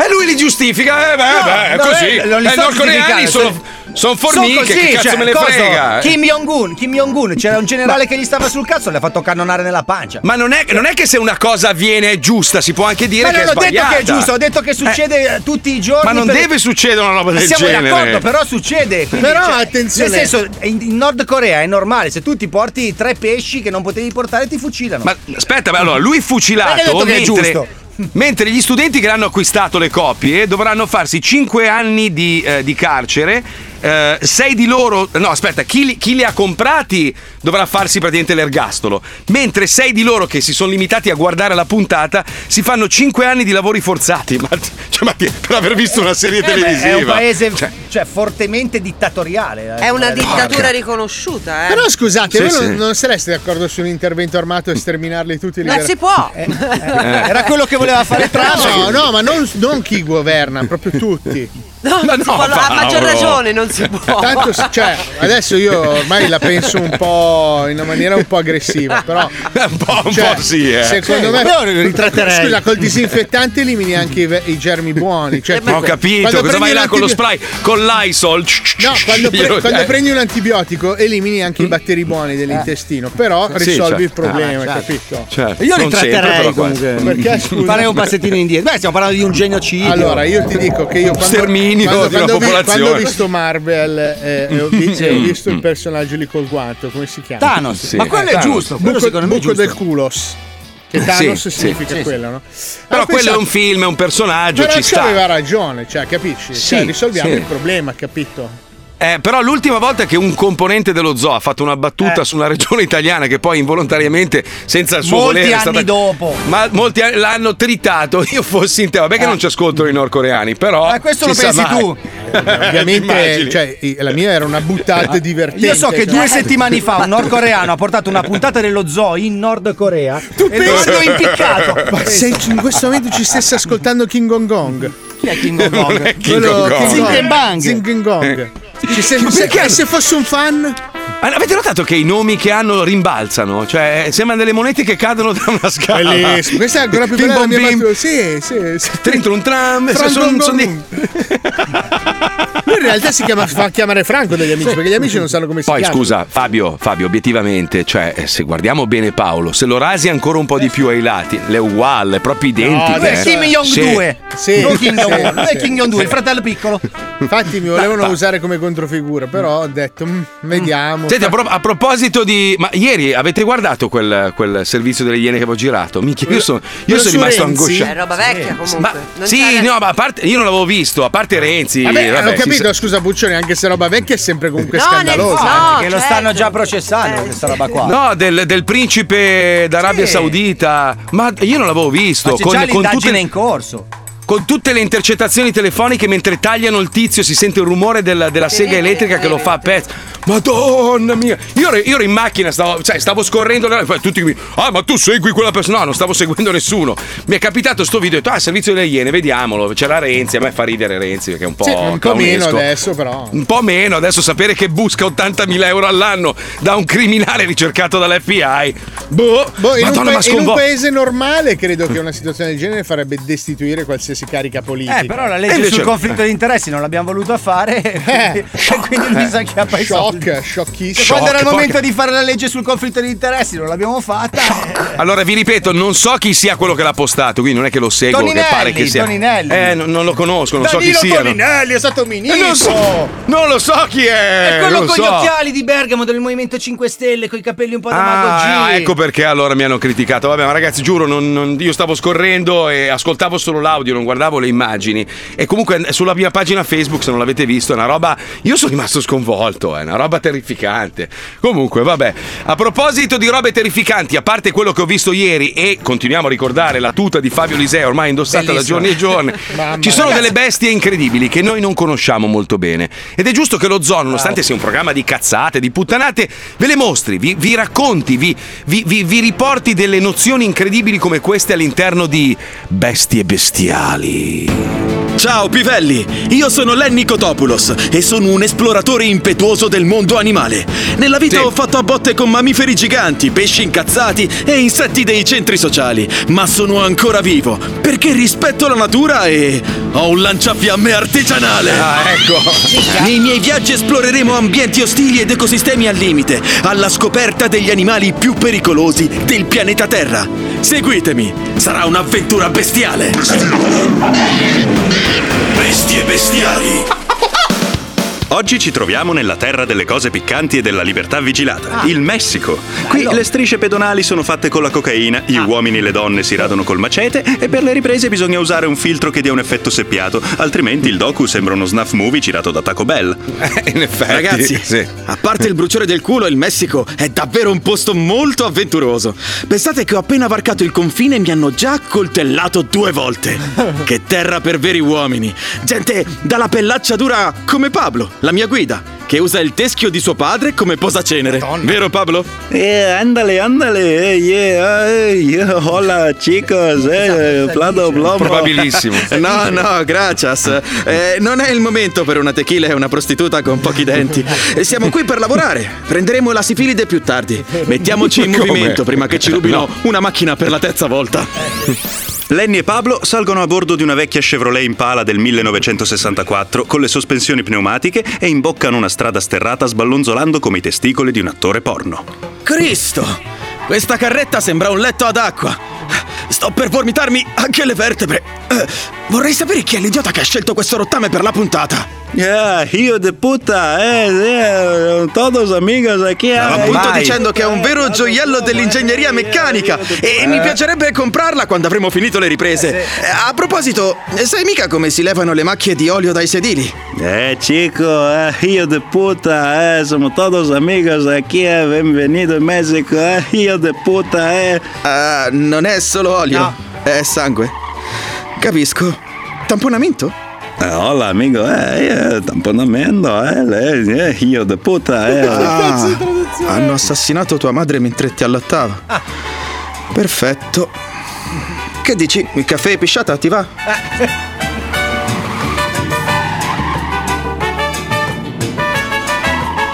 e lui li giustifica, eh beh, beh, è no, così. eh, non li Eh, I sto nordcoreani giustificando, sono, sono formiche, Sono così, che cazzo cioè, me ne cosa? frega. Eh. Kim Jong-un, Kim Jong-un, c'era un generale che gli stava sul cazzo, le ha fatto cannonare nella pancia. Ma non è, non è che se una cosa avviene è giusta, si può anche dire Ma che non è ho detto sbagliata. che è giusto, ho detto che succede eh, tutti i giorni. Ma non per- deve succedere una roba del Siamo genere. d'accordo, però succede. quindi, cioè, Però attenzione. Nel senso, in in Nord Corea è normale, se tu ti porti tre pesci che non potevi portare ti fucilano. Ma aspetta, ma allora lui è fucilato Perché hai detto che è mentre, giusto? mentre gli studenti che hanno acquistato le copie dovranno farsi 5 anni di, eh, di carcere. 6 di loro, no aspetta, chi li, chi li ha comprati dovrà farsi praticamente l'ergastolo, mentre 6 di loro che si sono limitati a guardare la puntata si fanno 5 anni di lavori forzati ma, cioè, ma ti- per aver visto una serie Eh beh, televisiva. è un paese Cioè, cioè, fortemente dittatoriale. eh. È una Eh, dittatura riconosciuta, eh. Però scusate, Sì, voi non- sì. Mm. non sareste d'accordo su un intervento armato e sterminarli tutti non liberi? si può. Eh. Era quello che voleva fare Trump. No, no, ma non, non chi governa, proprio tutti. No, Ma non si no, può. A maggior Paolo. ragione non si può. Eh, Tanto, s- cioè, adesso io ormai la penso un po' in una maniera un po' aggressiva, però. un po', un cioè, po' sì, eh. Secondo me. però lo ritratterei. Scusa, col disinfettante elimini anche i, ve- i germi buoni. Eh, Cioè, Ma ho tipo, capito, quando cosa prendi vai un là con lo antibio- spray? Con l'Isol? No, quando, pre- Io- quando eh. Mm. prendi un antibiotico elimini anche i batteri buoni dell'intestino, però risolvi certo. il problema, Ah, certo. capito? Certo, Io li non sempre, tratterei però quasi. comunque. Perché scusa? Farei un passettino indietro. Beh, stiamo parlando di un genocidio. Allora, io ti dico che io quando, Sterminio quando, di una quando vi- popolazione. quando ho visto Marvel eh, e ho, vi- e ho visto il personaggio lì col guanto, come si chiama? Thanos. Sì. Ma quello è Thanos. giusto. Quello buco, secondo me è buco giusto. del culos. Che Thanos Sì, sì, significa sì, quello, no? Però Ah, quello è pensate- un film, è un personaggio, Però ci ci sta. aveva ragione, cioè, capisci? Sì, cioè, risolviamo sì. il problema, capito? Eh, però l'ultima volta che un componente dello zoo ha fatto una Eh. battuta su una regione italiana che poi involontariamente, senza il suo Molti volere, è anni stata- dopo. Ma molti anni- l'hanno tritato. Io fossi in te, vabbè che Eh. non ci ascoltano i nordcoreani, però. Ma Eh, questo lo si sa pensi mai. tu. Ovviamente, Immagini. cioè, i- la mia era una buttata divertente. Ah, Io so cioè. che due settimane fa un nordcoreano ha portato una puntata dello zoo in Nord Corea e lo pensi? hanno impiccato. Ma se in questo momento ci stesse ascoltando King Kong Kong. Chi è King Kong Eh. Non Kong? è King Kong Kong. Zing and bang. Zing and Gong. Ci sei- se, perché? e se fosse un fan? Ah, Avete notato che i nomi che hanno rimbalzano? Cioè, sembrano delle monete che cadono da una scala. Bellissimo. Questa è ancora più Bim bella della bom mia bim. battuta. Sì, sì, sì. Trentro un tram. Franco son- son di- Gomu. Lui in realtà si chiama, fa chiamare Franco degli amici, perché gli amici non sanno come si Poi chiama. scusa, Fabio, Fabio, obiettivamente, cioè, eh, se guardiamo bene Paolo, se lo rasi ancora un po' di più ai lati, le uguale, è proprio identiche. lui è eh. Kim Jong Sì. 2. Sì, non Kim Jong sì, 1, sì. è Kim Jong 2, il fratello piccolo. Infatti mi volevano usare come controfigura, però ho detto, "Mm, vediamo. Senti, a, pro- a proposito di. Ma ieri avete guardato quel, quel servizio delle iene che avevo girato? Minchia, io sono, io Quello sono su rimasto Renzi? È angosciato. roba vecchia comunque. Ma Non sì, c'era- no, ma a parte. Io non l'avevo visto, a parte Renzi. Vabbè, vabbè, ho si capito, sa- scusa Puccioni, anche se roba vecchia è sempre comunque No, nel- scandalosa. no, Ah, che lo certo. stanno già processando Eh, questa sì. roba qua. No, del, del principe d'Arabia Sì. Saudita, ma io non l'avevo Ma visto. c'è già Con, con l'indagine tutte, in corso. con tutte le intercettazioni telefoniche mentre tagliano il tizio, si sente il rumore della, della sega elettrica che lo fa a pezzi. Madonna mia, io ero, io ero in macchina, stavo, cioè, stavo scorrendo, le- poi tutti mi ah, ma tu segui quella persona? No, non stavo seguendo nessuno. Mi è capitato sto video, ho detto, ah, servizio delle iene, vediamolo. C'era Renzi, a me fa ridere Renzi perché è un po'. Sì, un po' meno clownesco. adesso, però. Un po' meno, adesso sapere che busca 80.000 euro all'anno da un criminale ricercato dall'FBI. Boh, Boh, in, Madonna, un ma pa- in un sconvo- paese normale credo che una situazione del genere farebbe destituire qualsiasi carica politica. Eh, però la legge E invece- sul conflitto di interessi non l'abbiamo voluta fare, quindi, quindi lui sa che ha i Eh, soldi. Shock, Cioè, sciocchissimo. Shock, quando era il porca- momento di fare la legge sul conflitto di interessi non l'abbiamo fatta. eh. Allora vi ripeto, non so chi sia quello che l'ha postato, quindi non è che lo seguo, Toninelli, che pare che sia. Toninelli. Eh, non, non lo conosco, non Danilo so chi sia. Toninelli è stato Eh, ministro. Non, so, non lo so chi è. È quello non con so. gli occhiali di Bergamo del Movimento 5 Stelle, con i capelli un po' da Ah, Mago G. ecco perché allora mi hanno criticato. Vabbè, ma ragazzi, giuro, non- non- io stavo scorrendo e ascoltavo solo l'audio, non guardavo le immagini. E comunque eh, sulla mia pagina Facebook, se non l'avete visto, è una roba. Io sono rimasto sconvolto, è una roba terrificante. Comunque, vabbè. A proposito di robe terrificanti, a parte quello che ho visto ieri, e continuiamo a ricordare la tuta di Fabio Liseo, ormai indossata Bellissimo. da giorni e giorni. Mamma Ci sono delle bestie incredibili che noi non conosciamo molto bene. Ed è giusto che lo zoo, nonostante sia un programma di cazzate, di puttanate, ve le mostri, vi, vi racconti, vi, vi- vi- vi riporti delle nozioni incredibili come queste all'interno di Bestie Bestiali. Ciao Pivelli, io sono Lenny Kotopoulos e sono un esploratore impetuoso del mondo animale. Nella vita Sì. ho fatto a botte con mammiferi giganti, pesci incazzati e insetti dei centri sociali, ma sono ancora vivo perché rispetto la natura e ho un lanciafiamme artigianale. Ah, ecco. Nei miei viaggi esploreremo ambienti ostili ed ecosistemi al limite, alla scoperta degli animali più pericolosi del pianeta Terra. Seguitemi, sarà un'avventura bestiale. Bestie bestiali! Oggi ci troviamo nella terra delle cose piccanti e della libertà vigilata, il Messico. Qui le strisce pedonali sono fatte con la cocaina, gli uomini e le donne si radono col macete e per le riprese bisogna usare un filtro che dia un effetto seppiato, altrimenti il docu sembra uno snuff movie girato da Taco Bell. Eh, In effetti. Ragazzi, sì. a parte il bruciore del culo, il Messico è davvero un posto molto avventuroso. Pensate che ho appena varcato il confine e mi hanno già accoltellato due volte. Che terra per veri uomini. Gente dalla pellaccia dura come Pablo, la mia guida, che usa il teschio di suo padre come posacenere. Vero Pablo? Eh, andale, andale, eh, yeah, eh, yeah, hola chicos, eh, plado blomo. Probabilissimo. No, no, gracias. Eh, non è il momento per una tequila e una prostituta con pochi denti. E siamo qui per lavorare. Prenderemo la sifilide più tardi. Mettiamoci in Cioè, Come? movimento prima che ci rubino una macchina per la terza volta. Lenny e Pablo salgono a bordo di una vecchia Chevrolet Impala del 1964 con le sospensioni pneumatiche e imboccano una strada sterrata sballonzolando come i testicoli di un attore porno. Cristo! Questa carretta sembra un letto ad acqua. Sto per vomitarmi anche le vertebre. Eh, vorrei sapere chi è l'idiota che ha scelto questo rottame per la puntata. Eh, Yeah, hijo de puta, eh, eh, todos amigos aquí. eh. Appunto vai. dicendo che è un vero gioiello dell'ingegneria meccanica e mi piacerebbe comprarla quando avremo finito le riprese. Eh, A proposito, sai mica come si levano le macchie di olio dai sedili? Eh, chico, eh, hijo de puta, eh, somos todos amigos aquí, eh, bienvenido en México, eh, hijo de puta, eh. Ah, non è solo olio, No. è sangue. Capisco. Tamponamento? Eh, hola, amigo, eh, eh, tamponamento, eh, le- eh, hijo de puta, eh. Ah, hanno assassinato tua madre mentre ti allattava. Perfetto. Che dici? Il caffè e pisciata ti va?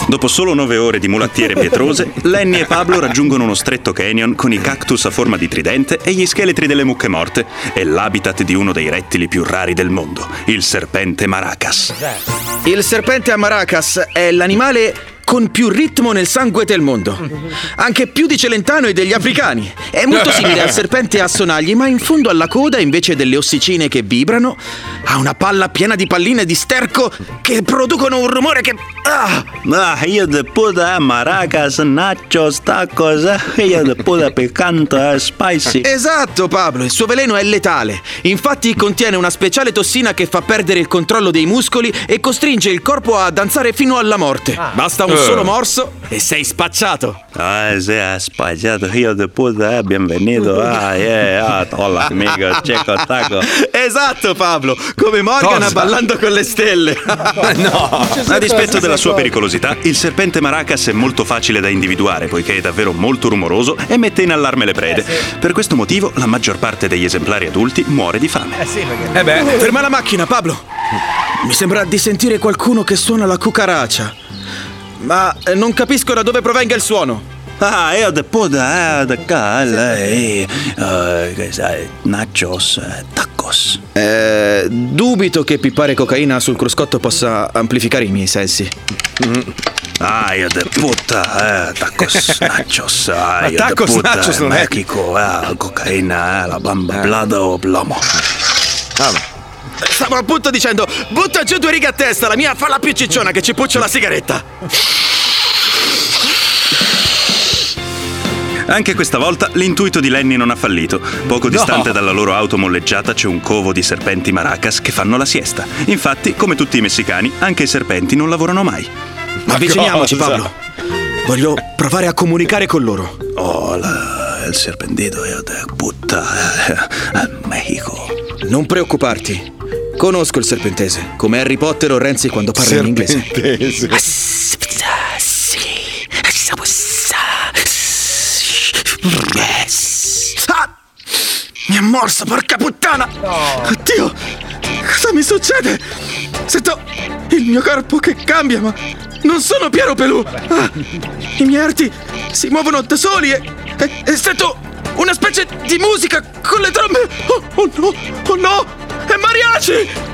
Dopo solo nove ore di mulattiere pietrose, Lenny e Pablo raggiungono uno stretto canyon con i cactus a forma di tridente e gli scheletri delle mucche morte e l'habitat di uno dei rettili più rari del mondo, il serpente Maracas. Il serpente a Maracas è l'animale con più ritmo nel sangue del mondo. Anche più di Celentano e degli africani. È molto simile al serpente a sonagli, ma in fondo alla coda, invece delle ossicine che vibrano, ha una palla piena di palline di sterco che producono un rumore che. Ah! Ah, io de puta, maracas, nachos, tacos, eh, io de puta piccante, eh, spicy. Esatto, Pablo, il suo veleno è letale. Infatti contiene una speciale tossina che fa perdere il controllo dei muscoli e costringe il corpo a danzare fino alla morte. Basta un Eh. solo morso e sei spacciato. Ah, se ha spacciato, io de puta, eh, benvenuto, ah, yeah, ah, hola, amigo, cieco, taco. Esatto, Pablo, come Morgan Cosa? ballando con le stelle. no, A dispetto della sua pericolosità, il serpente maracas è molto facile da individuare poiché è davvero molto rumoroso e mette in allarme le prede. Eh, Per questo motivo la maggior parte degli esemplari adulti muore di fame. sì, perché. Eh beh. ferma la macchina, Pablo. Mi sembra di sentire qualcuno che suona la cucaracia. Ma eh, non capisco da dove provenga il suono. Ah, io de puta, eh, de cal, eh, eh, che sai, nachos, eh, tacos. Eh, dubito che pippare cocaina sul cruscotto possa amplificare i miei sensi. Mm. Ai, de puta, eh, tacos, nachos, ai, de Tacos, puta, nachos non è. Mexico, eh, cocaina, eh, la bamba, blada o plomo. Stavo appunto dicendo, butta giù due righe a testa, la mia falla più cicciona che ci puccio la sigaretta. Anche questa volta l'intuito di Lenny non ha fallito. Poco distante dalla loro auto molleggiata c'è un covo di serpenti maracas che fanno la siesta. Infatti, come tutti i messicani, anche i serpenti non lavorano mai. Avviciniamoci, Pablo. Voglio provare a comunicare con loro. Oh, la, el serpentito, io de puta, eh, a Mexico. Non preoccuparti. Conosco il serpentese, come Harry Potter o Renzi quando parla in inglese. Ah, ah, Ah! Mi ha morso, porca puttana! Oddio! Cosa mi succede? Sento il mio corpo che cambia, ma non sono Piero Pelù! Ah, I miei arti si muovono da soli e, e, e sento una specie di musica con le trombe! Oh, oh no! Oh no! È mariachi!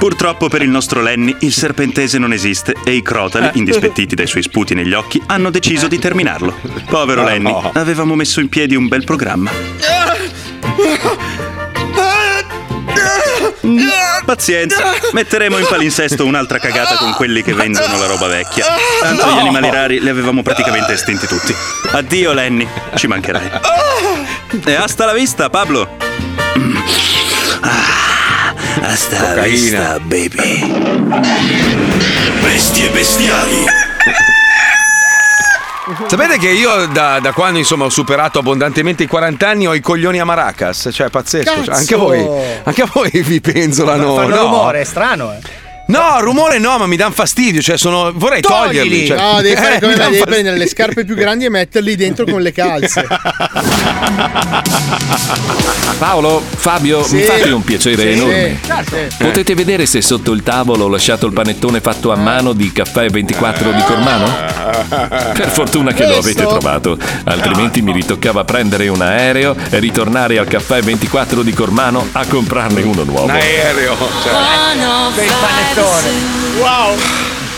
Purtroppo per il nostro Lenny il serpentese non esiste e i Eh. crotali, indispettiti dai suoi sputi negli occhi, hanno deciso di terminarlo. Povero Lenny, avevamo messo in piedi un bel programma. Pazienza, metteremo in palinsesto un'altra cagata con quelli che vendono la roba vecchia. Tanto gli animali rari li avevamo praticamente estinti tutti. Addio Lenny, ci mancherai. E hasta la vista, Pablo! Mm. Ah, Hasta la vista, baby. Bestie bestiali. Sapete che io da, da quando insomma ho superato abbondantemente i 40 anni ho i coglioni a maracas, cioè è pazzesco, Cazzo! Cioè, anche voi, anche a voi vi penzolano. Fanno eh, no. rumore, è strano, eh. No, rumore no, ma mi danno fastidio, cioè sono vorrei toglierli, cioè. No, devi fare Eh, come me, mi dan devi fast- prendere le scarpe più grandi e metterli dentro con le calze. Eh, Paolo, Fabio, Sì. mi fate un piacere Sì. enorme. Eh. Certo. Potete vedere se sotto il tavolo ho lasciato il panettone fatto a mano di Caffè 24 di Cormano? Per fortuna che lo avete Questo? trovato, altrimenti mi ritoccava prendere un aereo e ritornare al Caffè 24 di Cormano a comprarne uno nuovo. Un aereo. cioè. Ah, Per il panettone. Wow.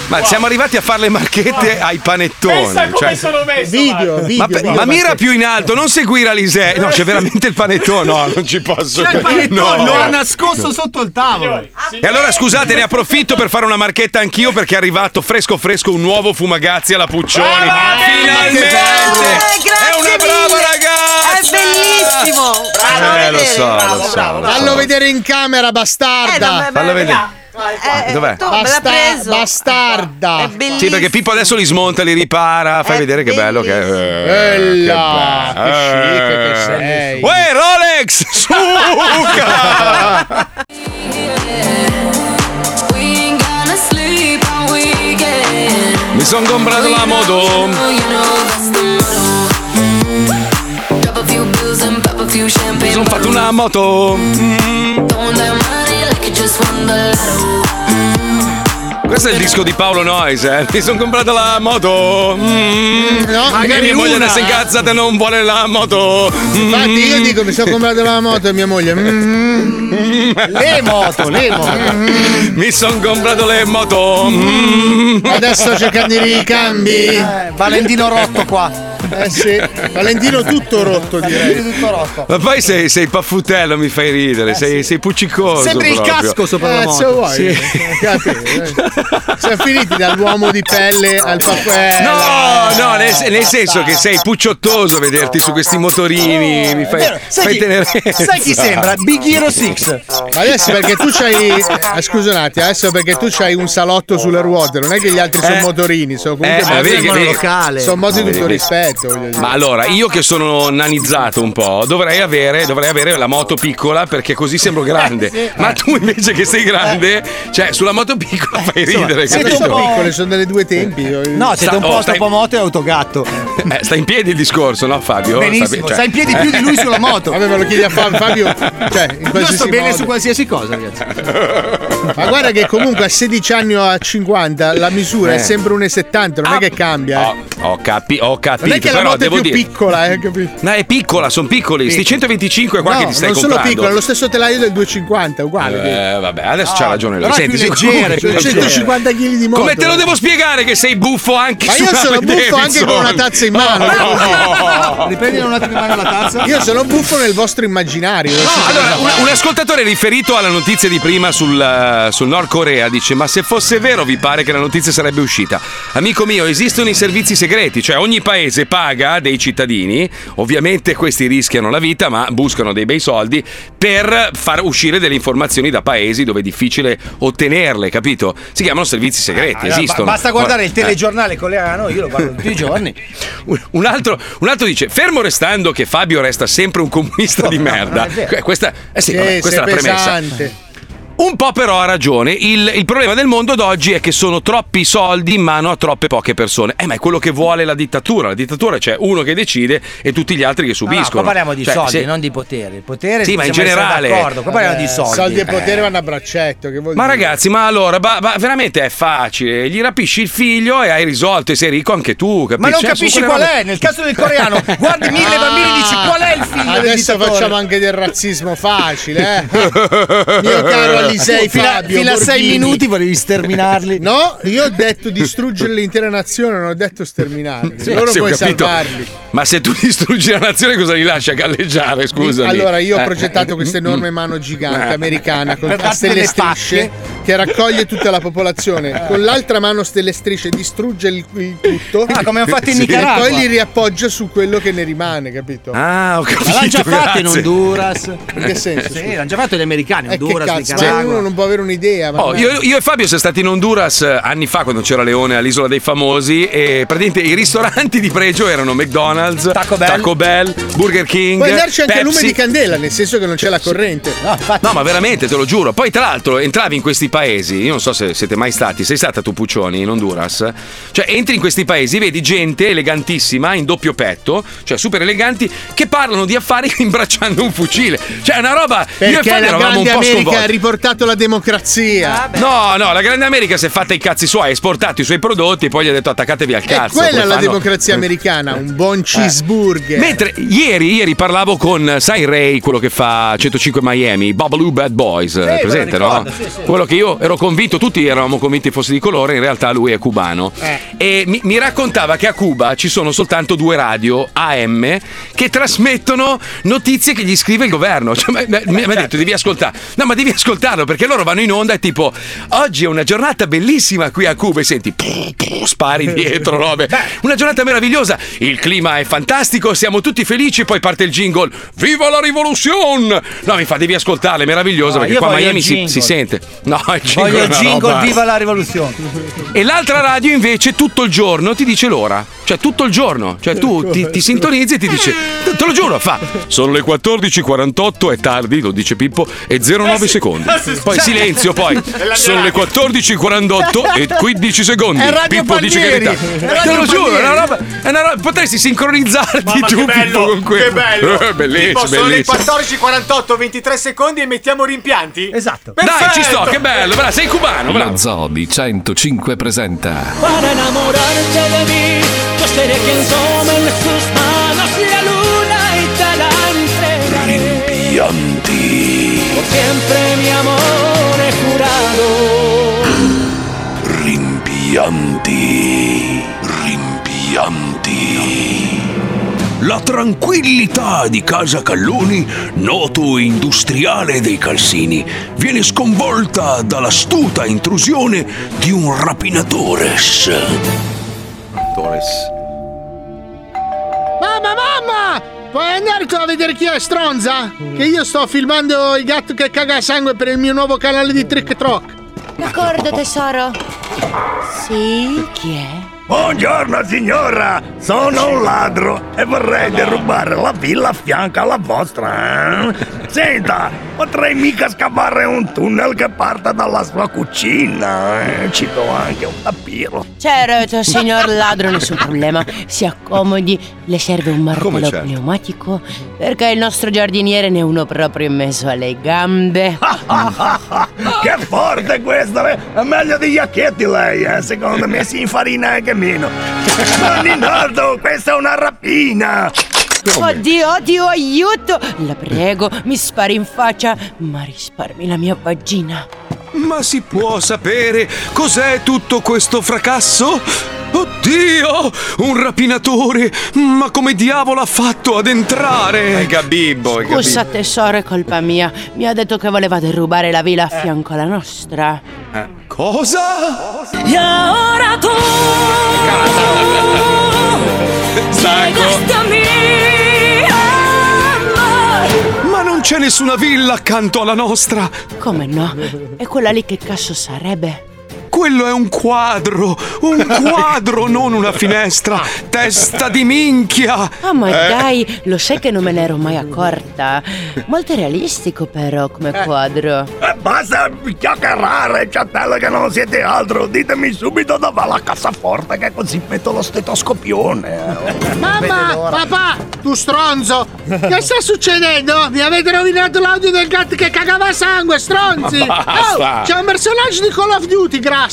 Ma siamo arrivati a fare le marchette ai panettoni. cioè. messo. Video, ma, pe- ma mira più in alto, non seguire Alise. No, c'è veramente il panettone. No, non ci posso C'è il credere. panettone, No. lo ha nascosto sotto il tavolo. Ah, E allora scusate, ne approfitto per fare una marchetta anch'io perché è arrivato fresco fresco un nuovo Fumagazzi alla Puccioni. Finalmente! È una brava ragazza! È bellissimo! Eh, lo so, lo so. lo so. Fallo vedere in camera, bastarda! Fallo vedere. Eh, Dov'è? tu me l'ha Basta- preso. Bastarda! È bellissimo. Sì, perché Pippo adesso li smonta, li ripara, fai vedere che bello che è. Eh, eh, Bella, che chic che Eh. sei. Uè, Rolex! Suca! Mi sono comprato la moto. Oh, Mi sono fatto una moto. Mm. Throwing that money like you just won the lotto. Questo è il disco di Paolo Noyes, eh. Mi sono comprato la moto. Mm. No, Magari mia moglie una. ne si è incazzata e non vuole la moto. Infatti io dico mi sono comprato la moto e mia moglie. mm, mm, le moto, le moto. Mm. Mi sono comprato le moto. Mm. Adesso sto cercando i ricambi. Eh, Valentino rotto qua. Eh sì, Valentino tutto rotto direi. tutto rotto. Ma poi sei, sei paffutello, mi fai ridere, sei, sei puccicoso. Eh, Sembri proprio. eh, se vuoi. Sì. Capito, eh. Siamo finiti dall'uomo di pelle al eh. Eh, papè. No, no, nel, nel senso che sei pucciottoso vederti su questi motorini, mi fai, fai Esatto. tenerezza. Adesso perché tu c'hai. eh, scusa un attimo, adesso perché tu c'hai un salotto sulle ruote, non è che gli altri sono Eh. motorini, sono Eh, comunque ma vedi che- vedi- Sono modi di Vedi tutto che- rispetto. voglio dire. Ma allora, io che sono nanizzato un po', dovrei avere, dovrei avere la moto piccola perché così sembro grande. Eh, sì. Ma tu invece che sei grande, Eh. cioè sulla moto piccola fai ridere. Se capito? sono piccole, sono delle due tempi. No, siete Sta- un oh, po' stai- troppo moto e autogatto. Eh, sta in piedi il discorso, no Fabio? cioè Benissimo, sta in piedi più di lui sulla moto. Vabbè, me lo chiedi a Fa- Fabio, cioè, in Io qualsiasi sto bene modo. su qualsiasi cosa, ragazzi. Ma guarda che comunque a 16 anni o a 50 la misura è Eh. Ah. sempre 1,70, non è che cambia. eh. Ho, capi- ho capito, Non è che la però moto è devo più dire. piccola, eh, capito? No, è piccola, sono piccoli. Sti 125 qua no, che ti stai non comprando. sono piccola, è lo stesso telaio del 250, uguale. Eh, vabbè, adesso c'ha ragione però lui. è più senti, leggera, sicuro- più leggera. 150 kg di moto. Come te lo devo spiegare Cioè, che sei buffo anche Ma su io sono Harley buffo anche Davidson? con una tazza in mano. Oh. Riprendi un attimo in mano la tazza. Io sono buffo nel vostro immaginario. Allora, un, un ascoltatore riferito alla notizia di prima sul, eh, sul Nord Corea dice: Ma se fosse vero, vi pare che la notizia sarebbe uscita? Amico mio, esistono i servizi segreti, cioè ogni paese paga dei cittadini. Ovviamente questi rischiano la vita, ma buscano dei bei soldi per far uscire delle informazioni da paesi dove è difficile ottenerle, capito? Si chiamano servizi segreti, Allora, ba- esistono. Ah, Basta guardare il Ora- eh. telegiornale coreano, io lo guardo tutti i giorni. Un- Un altro, un altro dice: Fermo restando che Fabio resta sempre un comunista di merda. non è vero. Que- Questa, eh sì, Sì, vabbè, questa è sei la premessa. pesante. Un po' però ha ragione, il, il problema del mondo d'oggi è che sono troppi soldi in mano a troppe poche persone. Eh, ma è quello che vuole la dittatura. La dittatura c'è uno che decide e tutti gli altri che No, no, subiscono. qua parliamo di Cioè, soldi, se- non di potere. Il potere Sì, ma in possiamo essere generale. d'accordo, qua parliamo Eh, di soldi. Soldi e potere Eh. vanno a braccetto. Che vuol Ma dire? ragazzi, ma allora, ma- ma veramente è facile. Gli rapisci il figlio e hai risolto e sei ricco anche tu, capisci? Ma non Cioè, sono capisci quelle qual robe- è? Nel caso del coreano, guardi mille bambini e dici qual è il figlio del Adesso dittatore? facciamo anche del razzismo facile, eh. Mio caro Alisei Tu fino a- Fabio. fino a sei Borghini. minuti volevi sterminarli. No, io ho detto distruggere l'intera nazione, non ho detto sterminarli. Sì, Loro sì, ho puoi capito. salvarli. Ma se tu distruggi la nazione, cosa li lascia galleggiare? Scusami. Allora, io ho Eh. progettato mm. questa enorme mano gigante Eh. americana con Per a darti stelle delle strisce che raccoglie tutta la Eh. popolazione. Con l'altra mano stelle strisce distrugge il, il tutto. Ah, come hanno fatto in Sì. Nicaragua. E poi li riappoggia su quello che ne rimane, capito? Ah, ho capito. Ma l'hanno già fatto in grazie. Honduras. In che senso, Eh, Sì, scusa? l'hanno già fatto gli americani, Eh, che Honduras, cazzo, cioè, Nicaragua. uno non può avere un'idea. ma Oh, non è- io, io e Fabio siamo stati in Honduras eh, anni fa quando c'era Leone all'isola dei famosi e praticamente i ristoranti di pregio erano McDonald's, Taco Bell, Burger King. Puoi andarci anche a lume Pepsi. di candela, nel senso che non c'è la corrente. No, ma veramente, te lo giuro. Poi, tra l'altro, entravi in questi paesi. Io non so se siete mai stati. Sei stata tu, Puccioni, in Honduras? Cioè, entri in questi paesi, vedi gente elegantissima, in doppio petto, cioè super eleganti, che parlano di affari imbracciando un fucile. Cioè, è una roba. io e Perché Fabio la eravamo grande un po' America ha sconvolti. Ah, riportato la democrazia. No, no, la grande America si è fatta i cazzi suoi, ha esportato i suoi prodotti e poi gli ha detto attaccatevi al E Eh, cazzo. quella come è la fanno- Eh. democrazia americana, un buon cheeseburger. Mentre ieri, ieri parlavo con, sai, Ray, quello che fa 105 Miami, Babalu Bad Boys, eh, me lo presente, ricordo, no? sì, sì. Quello che io ero convinto, tutti eravamo convinti fosse di colore, in realtà lui è cubano. Eh. E mi, mi raccontava che a Cuba ci sono soltanto due radio AM che trasmettono notizie che gli scrive il governo. Cioè, ma- ma- mi mi ha detto devi ascoltare. No, ma devi ascoltarlo perché loro vanno in onda e tipo oggi è una giornata bellissima qui a Cuba e senti pum, pum, spari dietro robe. Una giornata meravigliosa. Il clima è fantastico, siamo tutti felici, poi parte il jingle. Viva la rivoluzione! No, mi fa devi ascoltarle, è meravigliosa No, perché io qua a voglio Miami si, jingle. si sente. No, il jingle è Voglio una jingle, roba- viva la rivoluzione. e l'altra radio invece tutto il giorno ti dice l'ora. Cioè tutto il giorno. Cioè tu ti, ti sintonizzi e ti dice. Te te lo giuro, fa. Sono le 14.48, è tardi, lo dice Pippo, e 09 secondi. eh sì, Poi sì. silenzio, poi. È la Sono le mia 14.48 e 15 secondi. È Radio Pippo dice che è Palmieri, tardi. è Radio Te lo giuro, è Palmieri. una roba. è una roba- potresti sincronizzarti Mamma, tu, che bello, Pippo, con quello. che bello. Eh, bellissimo, Tipo, sono le bellissimo. 14.48, 23 secondi e mettiamo rimpianti? Esatto. Dai, ci sto, che bello. bello, bravo, sei cubano, bravo. Lo Zoo di 105 presenta Para enamorarte de mí, yo seré quien tome en sus manos la luna y te la entregaré. Por siempre mi amor he jurado. Rimpianti, rimpianti. La tranquillità di Casa Calloni, noto industriale dei calzini, viene sconvolta dall'astuta intrusione di un rapinatores. Mamma, mamma! Puoi andare tu a vedere chi è stronza? Che io sto filmando il gatto che caga sangue per il mio nuovo canale di Trick Trock. D'accordo, tesoro. Sì? Chi è? Buongiorno signora, sono un ladro e vorrei derubare la villa a fianco alla vostra. eh? Senta, potrei mica scavare un tunnel che parte dalla sua cucina. eh? Ci do anche un tapiro. Certo, signor ladro, nessun problema. Si accomodi, le serve un martello certo? pneumatico perché il nostro giardiniere ne è uno proprio in mezzo alle gambe. ah, Che forte questo, eh? è meglio di Iacchetti lei, eh? secondo me si infarina anche meno. Leonardo, questa è una rapina. Oh, Oddio, oddio, aiuto! La prego, mi spari in faccia, ma risparmi la mia vagina. Ma si può sapere cos'è tutto questo fracasso? Oddio! Un rapinatore! Ma come diavolo ha fatto ad entrare? Hai gabibbo, hai Scusa gabibbo. tesoro, è colpa mia. Mi ha detto che voleva derubare la villa a fianco alla nostra. Cosa? Y ahora tú llegaste a mí, amor. Ma non c'è nessuna villa accanto alla nostra! Come no? E quella lì che cazzo sarebbe? Quello è un quadro! Un quadro, non una finestra! Testa di minchia! Ah, ma dai, lo sai che non me ne ero mai accorta. Molto realistico però come quadro. E Eh, basta chiacchierare, ciatelle che non siete altro. Ditemi subito dove va la cassaforte che così eh. metto lo Eh, oh. stetoscopione. Mamma, papà, tu stronzo! Che sta succedendo? Mi avete rovinato l'audio del gatto che cagava sangue, stronzi! Ma basta! Oh, c'è un personaggio di Call of Duty grasso!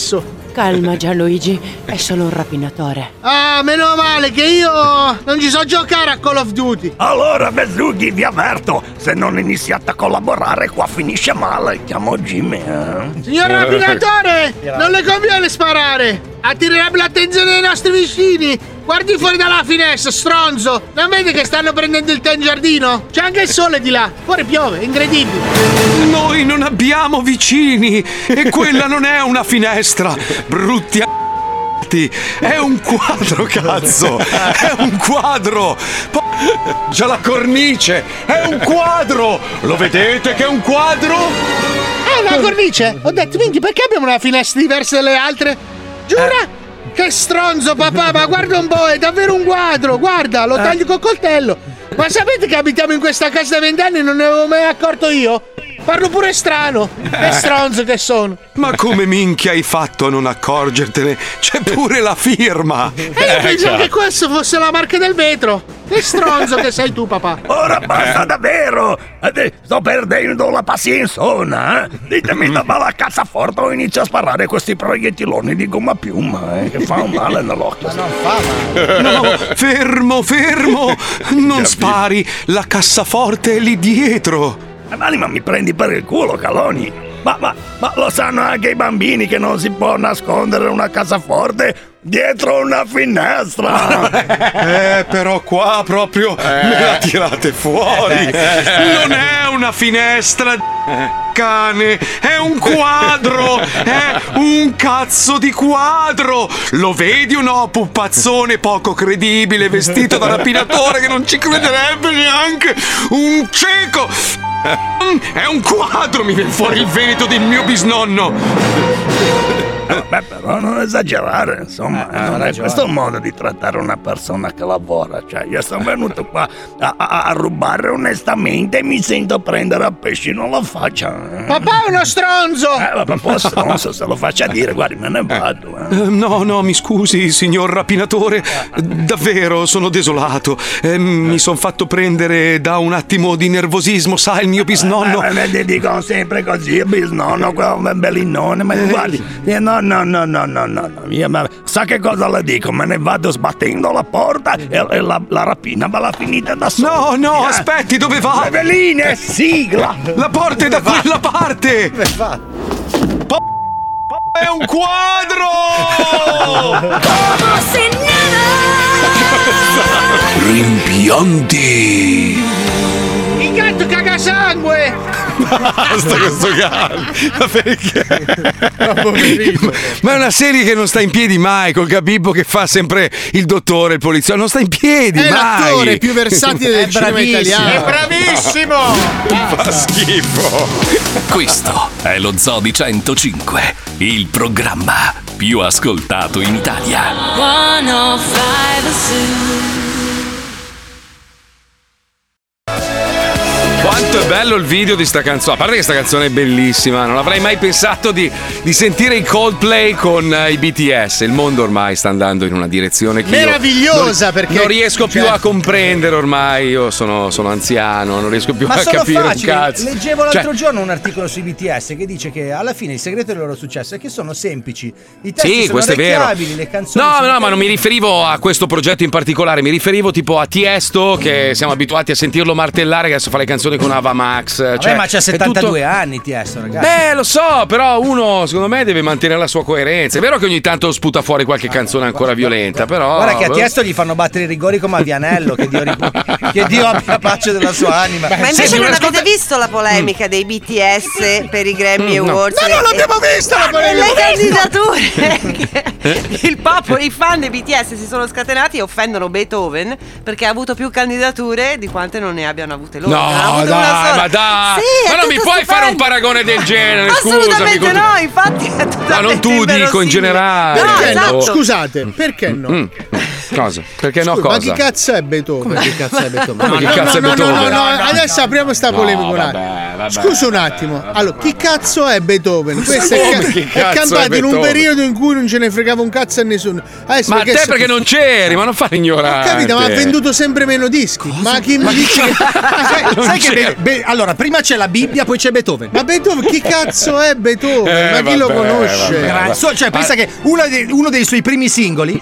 Calma Gianluigi, è solo un rapinatore. Ah, meno male che io non ci so giocare a Call of Duty! Allora, Vesughi, vi avverto, se non iniziate a collaborare qua finisce male. Chiamo Jimmy. eh. Signor rapinatore, non le conviene sparare! Attirerebbe l'attenzione dei nostri vicini! Guardi fuori dalla finestra, stronzo! Non vede che stanno prendendo il tè in giardino? C'è anche il sole di là! Fuori piove, incredibile! Noi non abbiamo vicini! E quella non è una finestra! Brutti a. È un quadro, cazzo! È un quadro! Po- Già la cornice! È un quadro! Lo vedete che è un quadro? È una Eh, cornice! Ho detto, minchia, perché abbiamo una finestra diversa dalle altre? Giura? Che stronzo, papà, ma guarda un po', è davvero un quadro! Guarda, lo taglio col coltello! Ma sapete che abitiamo in questa casa da vent'anni e non ne avevo mai accorto io? Parlo pure strano! Che stronzo che sono! Ma come minchia hai fatto a non accorgertene? C'è pure la firma! E Eh, io pensavo che questo fosse la marca del vetro! Che stronzo che sei tu, papà! Ora basta davvero! Ade- Sto perdendo la pazienza! eh? Ditemi da balla cazzaforte o inizio a sparare questi proiettiloni di gomma piuma eh, che fanno male nell'occhio. non fa No, fermo, fermo! Non spari, la cassaforte è lì dietro! Mani, Eh, ma mi prendi per il culo, Caloni! Ma, ma- ma lo sanno anche i bambini che non si può nascondere una cassaforte dietro una finestra! Eh, però qua proprio me la tirate Eh, fuori! Non è una finestra, cane! È un quadro! È un cazzo di quadro! Lo vedi o no, puppazzone poco credibile, vestito da rapinatore che non ci crederebbe neanche un cieco! Mm, È un quadro, mi viene fuori il veneto del mio bisnonno! Eh, Beh, però non esagerare, insomma, ha Eh, non è ragione. questo il modo di trattare una persona che lavora. Cioè, io sono venuto qua a, a- a rubare onestamente e mi sento prendere a pescino la faccia. Papà è uno stronzo! Eh, ma posso, non so se lo faccia dire, guardi, me ne vado. eh. Eh, No, no, mi scusi, signor rapinatore. Davvero sono desolato. Eh, mi sono fatto prendere da un attimo di nervosismo, sa, il mio bisnonno. Eh, eh, ti dicono sempre così, bisnonno, quello bellinone, ma guardi, eh, no, no, no, no, no, no, no, io, ma sa che cosa le dico? Me ne vado sbattendo la porta e, e la, la rapina va la finita da No, solo. no, aspetti, dove va? Eveline, sigla! La porta è da quella parte! Dove va? È un quadro! Rimpianti. Il gatto caga sangue! Basta questo cane. Ma perché? Ma è una serie che non sta in piedi mai, col Gabibbo che fa sempre il dottore, il poliziotto, non sta in piedi È mai. l'attore più versatile del cinema italiano. Ah, Fa schifo. Questo è lo Zoo di 105, il programma più ascoltato in Italia. 105 Zoo. Quanto è bello il video di sta canzone. A parte che sta canzone è bellissima, non avrei mai pensato di, di sentire i Coldplay con eh, i BTS. Il mondo ormai sta andando in una direzione che io Meravigliosa, non- perché- non riesco più cioè- a comprendere ormai. Io sono, sono anziano, non riesco più Ma a sono capire facili. un cazzo. Leggevo Cioè, l'altro giorno un articolo sui BTS che dice che alla fine il segreto del loro successo è che sono semplici. I testi Sì, sono questo è vero. orecchiabili, le canzoni. No, sono no, ma non mi riferivo a questo progetto in particolare, mi riferivo tipo a Tiesto che siamo abituati a sentirlo martellare che adesso fa le canzoni con Ava Max. Vabbè, cioè, ma c'ha è 72 tutto- anni Tiesto, ragazzi. Beh, lo so, però uno secondo me deve mantenere la sua coerenza. È vero che ogni tanto sputa fuori qualche canzone ancora violenta, però. eh. Guarda che a Tiesto gli fanno battere i rigori come a Vianello, che Dio, ripu- che Dio abbia pace della sua anima. Ma invece non avete visto la Mm. polemica dei BTS per i Grammy Mm, no. Awards? No, non l'abbiamo vista la Ah, polemica! Le candidature! che il popolo, i fan dei BTS si sono scatenati e offendono Beethoven perché ha avuto più candidature di quante non ne abbiano avute loro. Ne Ah, ha No, avute una sola. dai, ma dai! Sì, ma è non mi tutto puoi fare un stupendo. paragone del genere, scusami. Assolutamente con- no, infatti è Ma non totalmente tu dico in inverosimile. generale. Perché Oh. no? esatto. Scusate, perché no? Mm. Cosa? Perché Eh, no, Scusa, cosa? Ma chi cazzo è Beethoven? Come chi cazzo è Beethoven? Come chi no, cazzo è no, no, Beethoven? No, no, No, no, no, adesso apriamo sta No, polemica un vabbè, attimo. vabbè, Scusa un attimo. allora, chi cazzo è Beethoven? Questo è, Come chi è cazzo è campato in un Beethoven? periodo in cui non ce ne fregava un cazzo a nessuno. Adesso Ma a te perché non c'eri, ma non fare ignorare. Capito, ma ha venduto sempre meno dischi. Ma chi mi dice che. sai, Non Eh, Eh, sai che c'era. Be- Be- allora, prima c'è la Bibbia, poi c'è Beethoven. Ma Beethoven, chi cazzo è Eh, Beethoven? ma chi lo conosce? Gra- so- cioè, pensa Ah. che uno, de- uno dei suoi primi singoli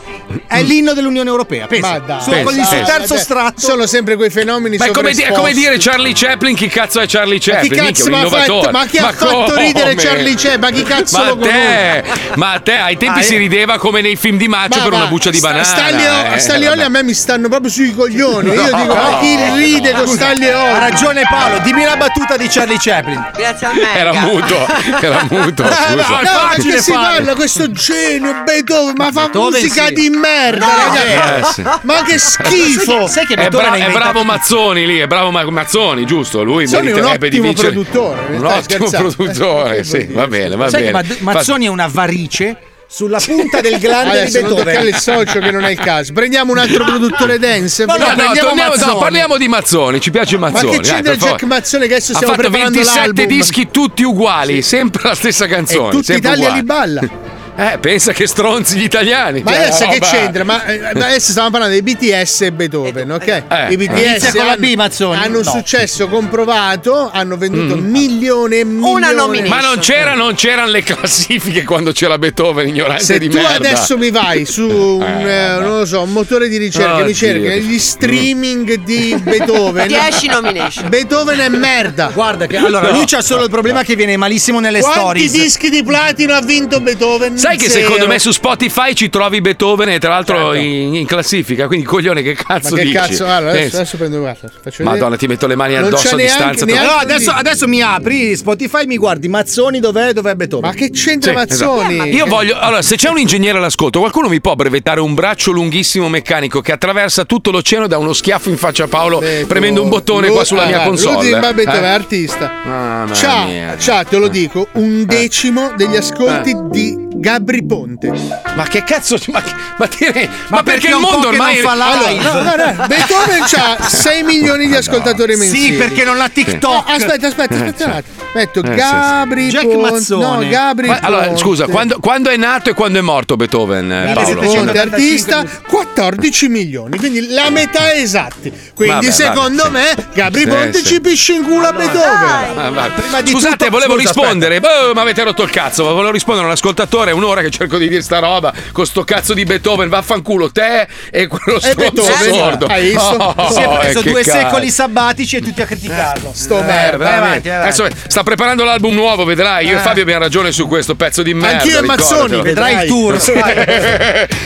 è l'inno dell'Unione Europea. Pensa, Ma dai, Su- con il suo pensa. terzo str- strato. Sono sempre quei fenomeni Ma è come, di- è sovraesposti. come dire Charlie Chaplin, chi cazzo è Charlie Ma chi Chaplin? cazzo Minchia, un m'ha fatto- innovatore. ma chi ha fatto come? ridere Charlie Chaplin? Ma chi cazzo Ma lo te, ma a te, ai tempi Ah, si eh. rideva come nei film di Macio Ma per va, una buccia di sta- banana. Staglio- eh, Staglioli a me mi stanno proprio sui coglioni. Io No. dico, ma chi ride con Scusa, Staglioli? Ha ragione Paolo, dimmi la battuta di Charlie Chaplin. Grazie a vabbè. Era muto, era muto. Ah, scusa. no, perché si parla questo genio Beethoven, ma fa Beethoven musica sì. di merda, No. ragazzi. Eh, sì. Ma che schifo! Eh, Sai che È, Beethoven bra- ha è inventato- bravo Mazzoni lì, è bravo Ma- Mazzoni, giusto? Lui Mazzoni è un meriterebbe di ottimo vincere. produttore, Un stai ottimo scherzando? produttore, Eh, sì, va bene, va Sai che bene. Mad- Mazzoni è una varice sulla punta del glande di Adesso non toccare Beethoven. il socio che non è il caso. Prendiamo un altro produttore dance. No, no, no, prendiamo torniamo- no, Mazzoni. parliamo di Mazzoni, ci piace Ma Mazzoni. che dai, c'entra per favore. Jack Mazzone che adesso ha stiamo fatto preparando 27 l'album? dischi tutti uguali, sempre la stessa canzone. E tutta sempre Eh, Italia uguali. li balla. Eh, pensa che stronzi gli italiani. Ma cioè, adesso la che roba- c'entra? Ma eh, adesso stiamo parlando dei BTS e Beethoven, ok? eh. I BTS Inizia con la B, hanno, Mazzoni? hanno un No. Mm. successo comprovato, hanno venduto milioni e milioni. Ma non c'era, non c'erano le classifiche quando c'era Beethoven, ignorante Se di tu merda. adesso mi vai su un, eh, non lo so, un motore di ricerca, Oddio. mi cerchi negli streaming di Mm. Beethoven. 10 nomination. Beethoven è merda. Guarda che allora lui c'ha solo il problema che viene malissimo nelle Quanti stories. dischi di platino ha vinto Beethoven? Sai che Zero. secondo me su Spotify ci trovi Beethoven e tra l'altro in, in classifica, quindi coglione che Certo. Ma cazzo che dici? cazzo? Allora, adesso, Eh, adesso prendo guarda, faccio vedere. Madonna, ti metto le mani Non addosso c'è a neanche- distanza. neanche- Allora, adesso, adesso mi apri Spotify, mi guardi Mazzoni dov'è, dov'è Beethoven. Ma che c'entra Sì, esatto. Io Eh, voglio. Allora, se c'è un ingegnere all'ascolto, qualcuno mi può brevettare un braccio lunghissimo meccanico che attraversa tutto l'oceano da uno schiaffo in faccia a Paolo, premendo un bottone Lui- qua sulla mia allora, console. Ludwig van Beethoven è Eh? artista. Mamma C'ha, mia. Eh. c'ha, te lo dico, un decimo degli ascolti di Gabri Ponte. Ma che cazzo? Ma, perché, perché il un mondo po' che ormai non fa la live? Beethoven c'ha 6 milioni di ascoltatori Sì, mensili. perché non ha TikTok. Eh, aspetta, aspetta, aspetta Eh, un sì. attimo. Metto Eh, sì, sì. Gabri Ponte. No, Gabri Ma- allora, Ponte. scusa, quando, quando è nato e quando è morto Beethoven? eh, Gabri Paolo? Ponte, artista 14 milioni, quindi la metà esatti. Quindi Vabbè, secondo vabbè, sì. me Gabri Sì, Ponte sì. ci pisce in culo a Beethoven. Ah, va. Prima di Scusate, tutto- volevo scusa, rispondere. Boh, ma avete rotto il cazzo. Volevo rispondere a un ascoltatore. È un'ora che cerco di dire sta roba. Con sto cazzo di Beethoven, vaffanculo te e quello stronzo Eh, Beethoven, sordo. Hai visto? Oh, si è preso eh, che due cazzo. secoli sabbatici e tutti a criticarlo. Sto Eh, veramente. Adesso sta preparando l'album nuovo, vedrai. Io e Eh. Fabio abbiamo ragione su questo pezzo di merda. Anch'io e ricordatelo. Mazzoni, vedrai il tour, Sì. vai.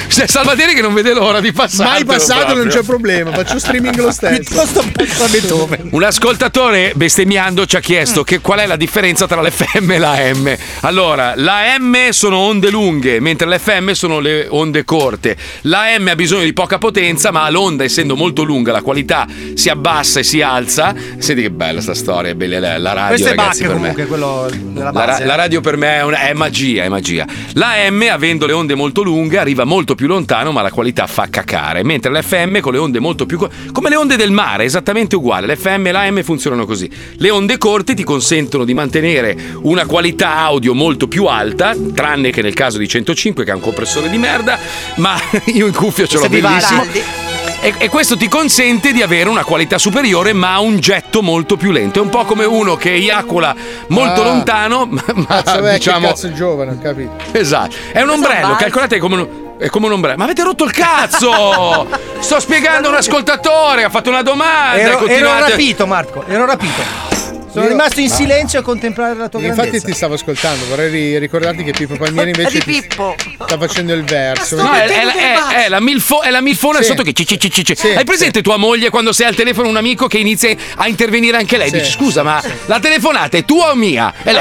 C'è Salvatore che non vede l'ora di passare. Mai passato, non c'è problema. Faccio streaming lo stesso. Ah, Piuttosto passa Beethoven. Un ascoltatore bestemmiando ci ha chiesto che qual è la differenza tra l'FM e la M. Allora, la M sono onde lunghe, mentre l'FM sono le onde corte. La M ha bisogno di poca potenza, ma l'onda essendo molto lunga, la qualità si abbassa e si alza. Senti che bella sta storia, è bella la, la radio, Questo è ragazzi, Bach per me. comunque, quello della La, ra- base. la radio per me è, una- è magia, è magia. La M, avendo le onde molto lunghe, arriva molto più lontano, ma la qualità fa cacare. Mentre l'FM con le onde molto più. co- come le onde del mare, esattamente uguale. L'FM e la M funzionano così. Le onde corte ti consentono di mantenere una qualità audio molto più alta, tranne che nel caso di 105, che ha un compressore di merda, ma io in cuffia ce l'ho Questo è bellissimo. Vivaldi. E, e questo ti consente di avere una qualità superiore, ma un getto molto più lento. È un po' come uno che eiacula molto Ah. lontano, ma, ma Cazzo vecchio, diciamo. cazzo giovane, ho capito. Esatto. È un ombrello, calcolate come un. È come un ombrello. Ma avete rotto il cazzo! Sto spiegando a un ascoltatore, ha fatto una domanda. e Ero, ero continuate- Ah. rapito, Marco, ero rapito. Sono Io- rimasto in no. silenzio a contemplare la tua grandezza. Infatti ti stavo ascoltando, vorrei ri- ricordarti che Pippo Palmieri invece ti- sta facendo il verso. No, è, è la- è- è la milfo- è la milfona sotto che. ci- ci- ci- ci- ci. Hai presente tua moglie quando sei al telefono un amico che inizia a intervenire anche lei? Sì. Ah. Dici scusa, ma la telefonata è tua o mia? E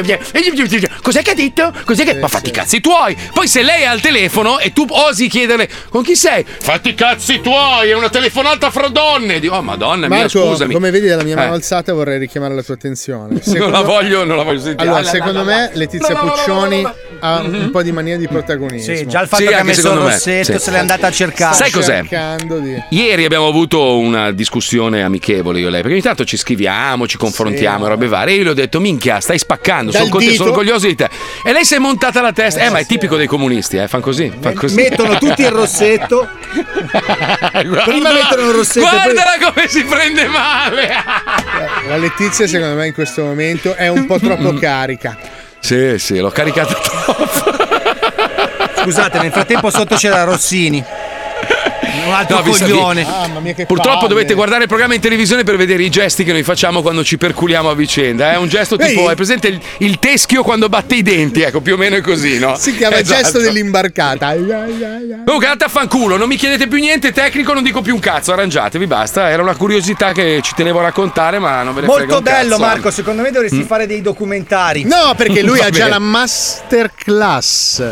lei. Cos'è che ha detto? Cos'è che. Ma fatti i cazzi tuoi! Poi se lei è al telefono e tu osi chiederle con chi sei? Fatti i cazzi tuoi! È una telefonata fra donne! Dico, oh madonna mia, Marco, scusami. come vedi dalla mia mano Eh. alzata vorrei richiamare la tua attenzione. Secondo- Non la voglio, non la voglio sentire. Allora, Ah, la- secondo la- la- me Letizia Puccioni ha un po' di mania di protagonismo. Sì, già il fatto Mm-hmm. Sì, che ha anche messo il secondo me, rossetto, sì. se l'è andata a cercare. Sai cos'è? Cercando di... Ieri abbiamo avuto una discussione amichevole io e lei, perché ogni tanto ci scriviamo, ci confrontiamo, Sì. e robe varie. E io le ho detto, minchia, stai spaccando, Dal sono contento, dito. sono orgoglioso di te. E lei si è montata la testa. Eh, ma è tipico dei comunisti, eh, fan così, fan così. Mettono tutti il rossetto. prima mettono il rossetto, poi- Guardala come si prende male. La Letizia, secondo me, in questo momento è un po' Mm-hmm. troppo carica. sì, sì, l'ho caricata Scusate, nel frattempo sotto c'era Rossini. Un altro No, vi sa- vi- coglione. Mamma mia, che Purtroppo palle. dovete guardare il programma in televisione per vedere i gesti che noi facciamo quando ci perculiamo a vicenda. È un gesto tipo, Ehi. hai presente il, il teschio quando batte i denti? Ecco, più o meno è così, no? Si chiama Esatto. gesto dell'imbarcata. Ai, ai, ai, ai. Comunque andate a fanculo, non mi chiedete più niente tecnico, non dico più un cazzo, arrangiatevi, basta. Era una curiosità che ci tenevo a raccontare, ma non ve ne frega Molto un bello, cazzo. Marco. Secondo me dovresti Mm. fare dei documentari. No, perché lui Va ha già bene. la masterclass.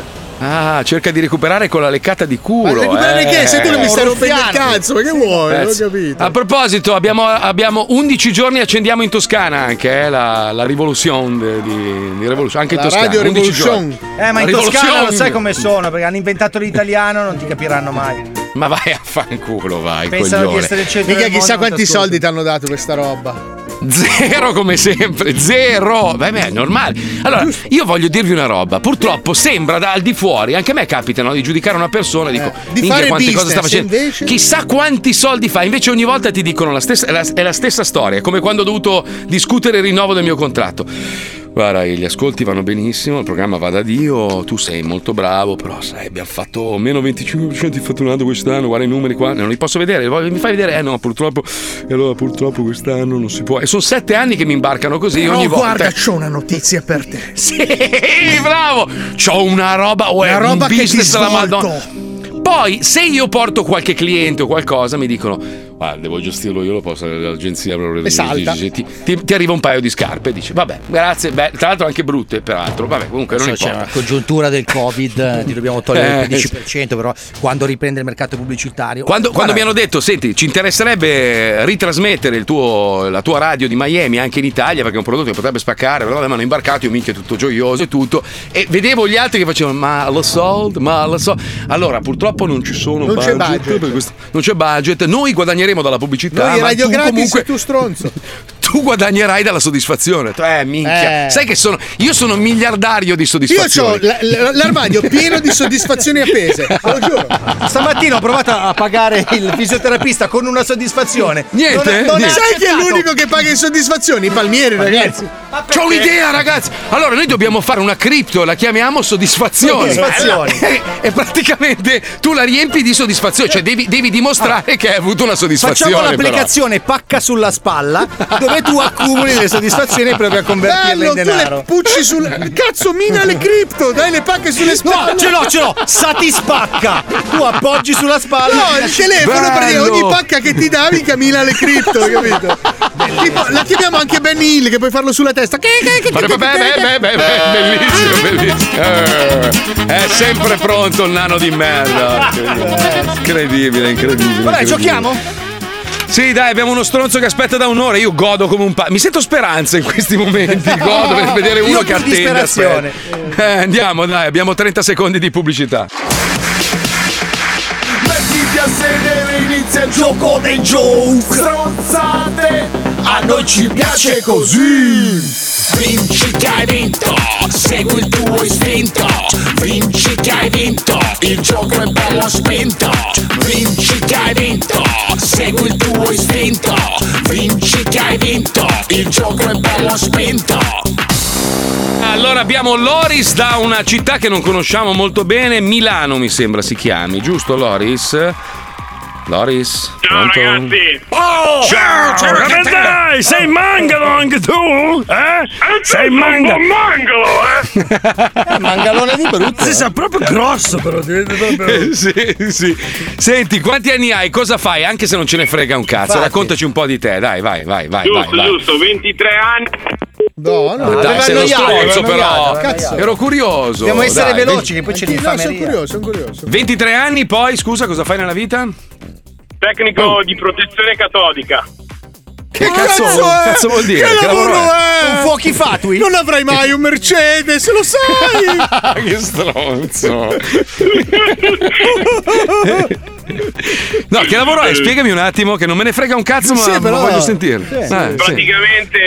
Ah, cerca di recuperare con la leccata di culo. Ma recuperare eh. che? Se tu non mi stai rompendo il cazzo, ma che vuoi? Eh, Non ho Pezzo. capito. A proposito, abbiamo, abbiamo 11 giorni e accendiamo in Toscana anche eh, la, la rivoluzione de- di, di Revolution, anche La in Toscana. Radio 11 Revolution. giorni. Eh, ma La in Toscana lo rivoluzione. sai come sono, perché hanno inventato l'italiano, non ti capiranno mai. Ma vai a fanculo, vai, Pensano di coglione. essere Cioè, il centro Mica del mondo, chissà non quanti t'ascoltano. soldi ti hanno dato questa roba. Zero come sempre, zero. Beh, beh, è normale. Allora, io voglio dirvi una roba. Purtroppo sembra da al di fuori, anche a me capita no, di giudicare una persona, dico, Eh, di "Minchia, fare quante cose sta business, facendo. invece- Chissà quanti soldi fa. Invece ogni volta ti dicono la stessa, è la, è la stessa storia, è come quando ho dovuto discutere il rinnovo del mio contratto. Guarda, gli ascolti vanno benissimo, il programma va da Dio, tu sei molto bravo, però sai, abbiamo fatto meno 25% di fatturato quest'anno, guarda i numeri qua, non li posso vedere, voglio- mi fai vedere? Eh no, purtroppo, e allora purtroppo quest'anno non si può. E sono sette anni che mi imbarcano così ogni volta. c'ho una notizia per te. Sì, bravo! C'ho una roba, uè, Una un roba che ti business alla svolto. Madonna. Poi, se io porto qualche cliente o qualcosa, mi dicono: ah, devo gestirlo io, lo posso all'agenzia. E salta. Ti, ti- ti arriva un paio di scarpe, dice, vabbè, grazie, beh, tra l'altro anche brutte, peraltro, vabbè, comunque non So, c'è importa. una congiuntura del Covid, eh, ti dobbiamo togliere Eh, il 15%, però quando riprende il mercato pubblicitario. Quando, Guarda, quando mi hanno detto, senti, ci interesserebbe ritrasmettere il tuo- la tua radio di Miami anche in Italia perché è un prodotto che potrebbe spaccare, però mi hanno imbarcato, io minchia tutto gioioso e tutto, e vedevo gli altri che facevano, ma lo sold, ma lo so. Allora, purtroppo non ci sono Non c'è budget. per questo- non c'è budget, noi guadagneremo dalla pubblicità, Noi ma radio tu gratis comunque e tu stronzo. tu guadagnerai dalla soddisfazione. Eh, minchia. Eh. Sai che sono, io sono un miliardario di Io ho soddisfazione. l'armadio pieno di soddisfazioni appese, lo giuro. Stamattina ho provato a pagare il fisioterapista con una soddisfazione. Non- non ha Sai chi è accettato. l'unico che paga insoddisfazioni? I palmieri, ragazzi. C'ho un'idea, ragazzi! Allora, noi dobbiamo fare una cripto, la chiamiamo soddisfazione. Soddisfazione. E, e praticamente tu la riempi di soddisfazione, cioè devi, devi dimostrare che hai avuto una soddisfazione. Ah. Facciamo l'applicazione pacca sulla spalla dove tu accumuli le soddisfazioni e provi a convertirle Bello, in denaro. Eh, tu le pucci sul. Cazzo, mina le cripto, dai le pacche sulle spalle. No, ce l'ho, ce l'ho. Satispacca. Tu appoggi sulla spalla. No, il telefono, Bello. perché ogni pacca che ti davi camina le cripto, capito? Tipo, la chiamiamo anche Ben Hill, che puoi farlo sulla testa. Che, che, che, Beh, beh, beh, beh, beh, beh, bellissimo, bellissimo. Eh, È sempre pronto il nano di merda. Incredibile, incredibile. Vabbè, incredibile. giochiamo? Sì, dai, abbiamo uno stronzo che aspetta da un'ora. Io godo come un pa. Mi sento speranza in questi momenti. Godo per vedere uno Io che più attende. disperazione. aspetta. Eh, andiamo, dai, abbiamo 30 secondi di pubblicità. Mettiti a sedere, inizia il gioco dei joke Stronzate, a noi ci piace così Vinci che hai vinto, segui il tuo istinto Vinci che hai vinto, il gioco è bello spinto Vinci che hai vinto, segui il tuo istinto Vinci che hai vinto, il gioco è bello spinto Allora abbiamo Loris da una città che non conosciamo molto bene, Milano mi sembra si chiami, giusto Loris? Loris? Ciao ragazzi! Oh! Ciao, ciao, Come ciao. dai? Sei mangalo anche tu? Eh? Sei mangalo! mangalo, eh! mangalone di brutto! Sì, sei proprio grosso però! ti vedi proprio- Eh, sì, sì. Senti, quanti anni hai? Cosa fai? Anche se non ce ne frega un cazzo, Infatti. raccontaci un po' di te, dai, vai, vai, vai, Giusto, vai, vai. giusto, 23 anni. No, Ah, dai, sei uno stronzo però. Ero curioso. Dobbiamo essere dai, veloci, che poi c'è No, l'infameria. sono curioso, sono curioso. 23 anni, poi scusa, cosa fai nella vita? Oh. Tecnico di protezione catodica. Che cazzo, Cazzo, vuol- eh? cazzo vuol dire? Che lavoro è? è? Un fuochi fatui? Non avrai mai un Mercedes, lo sai! che stronzo. No, che lavoro è? Spiegami un attimo, che non me ne frega un cazzo, ma, Sì, però- ma voglio sentirlo. Sì. Eh, sì. Praticamente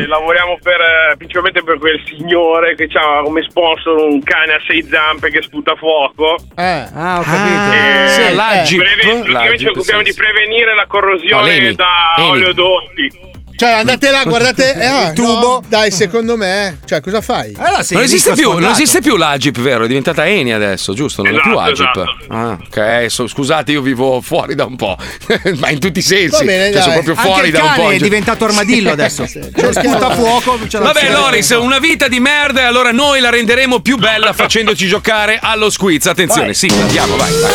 eh, lavoriamo per, eh, principalmente per quel signore che ha come sponsor un cane a sei zampe che sputa fuoco. Ah, ho Eh, capito. Sì, preve- eh. praticamente ci occupiamo di prevenire la No, corrosione Leni, da Leni. oleodotti. Cioè, andate là, guardate. eh, ah, Il tubo. no, dai, secondo me. Cioè, cosa fai? Ah, non, esiste più, non esiste più l'Agip, vero? È diventata Eni adesso, giusto? Non è Esatto, più Agip. esatto. Ah, ok, so- scusate, io vivo fuori da un po', ma in tutti i sensi. Va bene, Cioè, sono dai. proprio Anche fuori il da un cane po'. è diventato armadillo adesso. Cioè, sputa fuoco, c'è la- Vabbè, Loris, una vita di merda, e allora noi la renderemo più bella facendoci giocare allo squiz. Attenzione, sì, andiamo, vai, vai.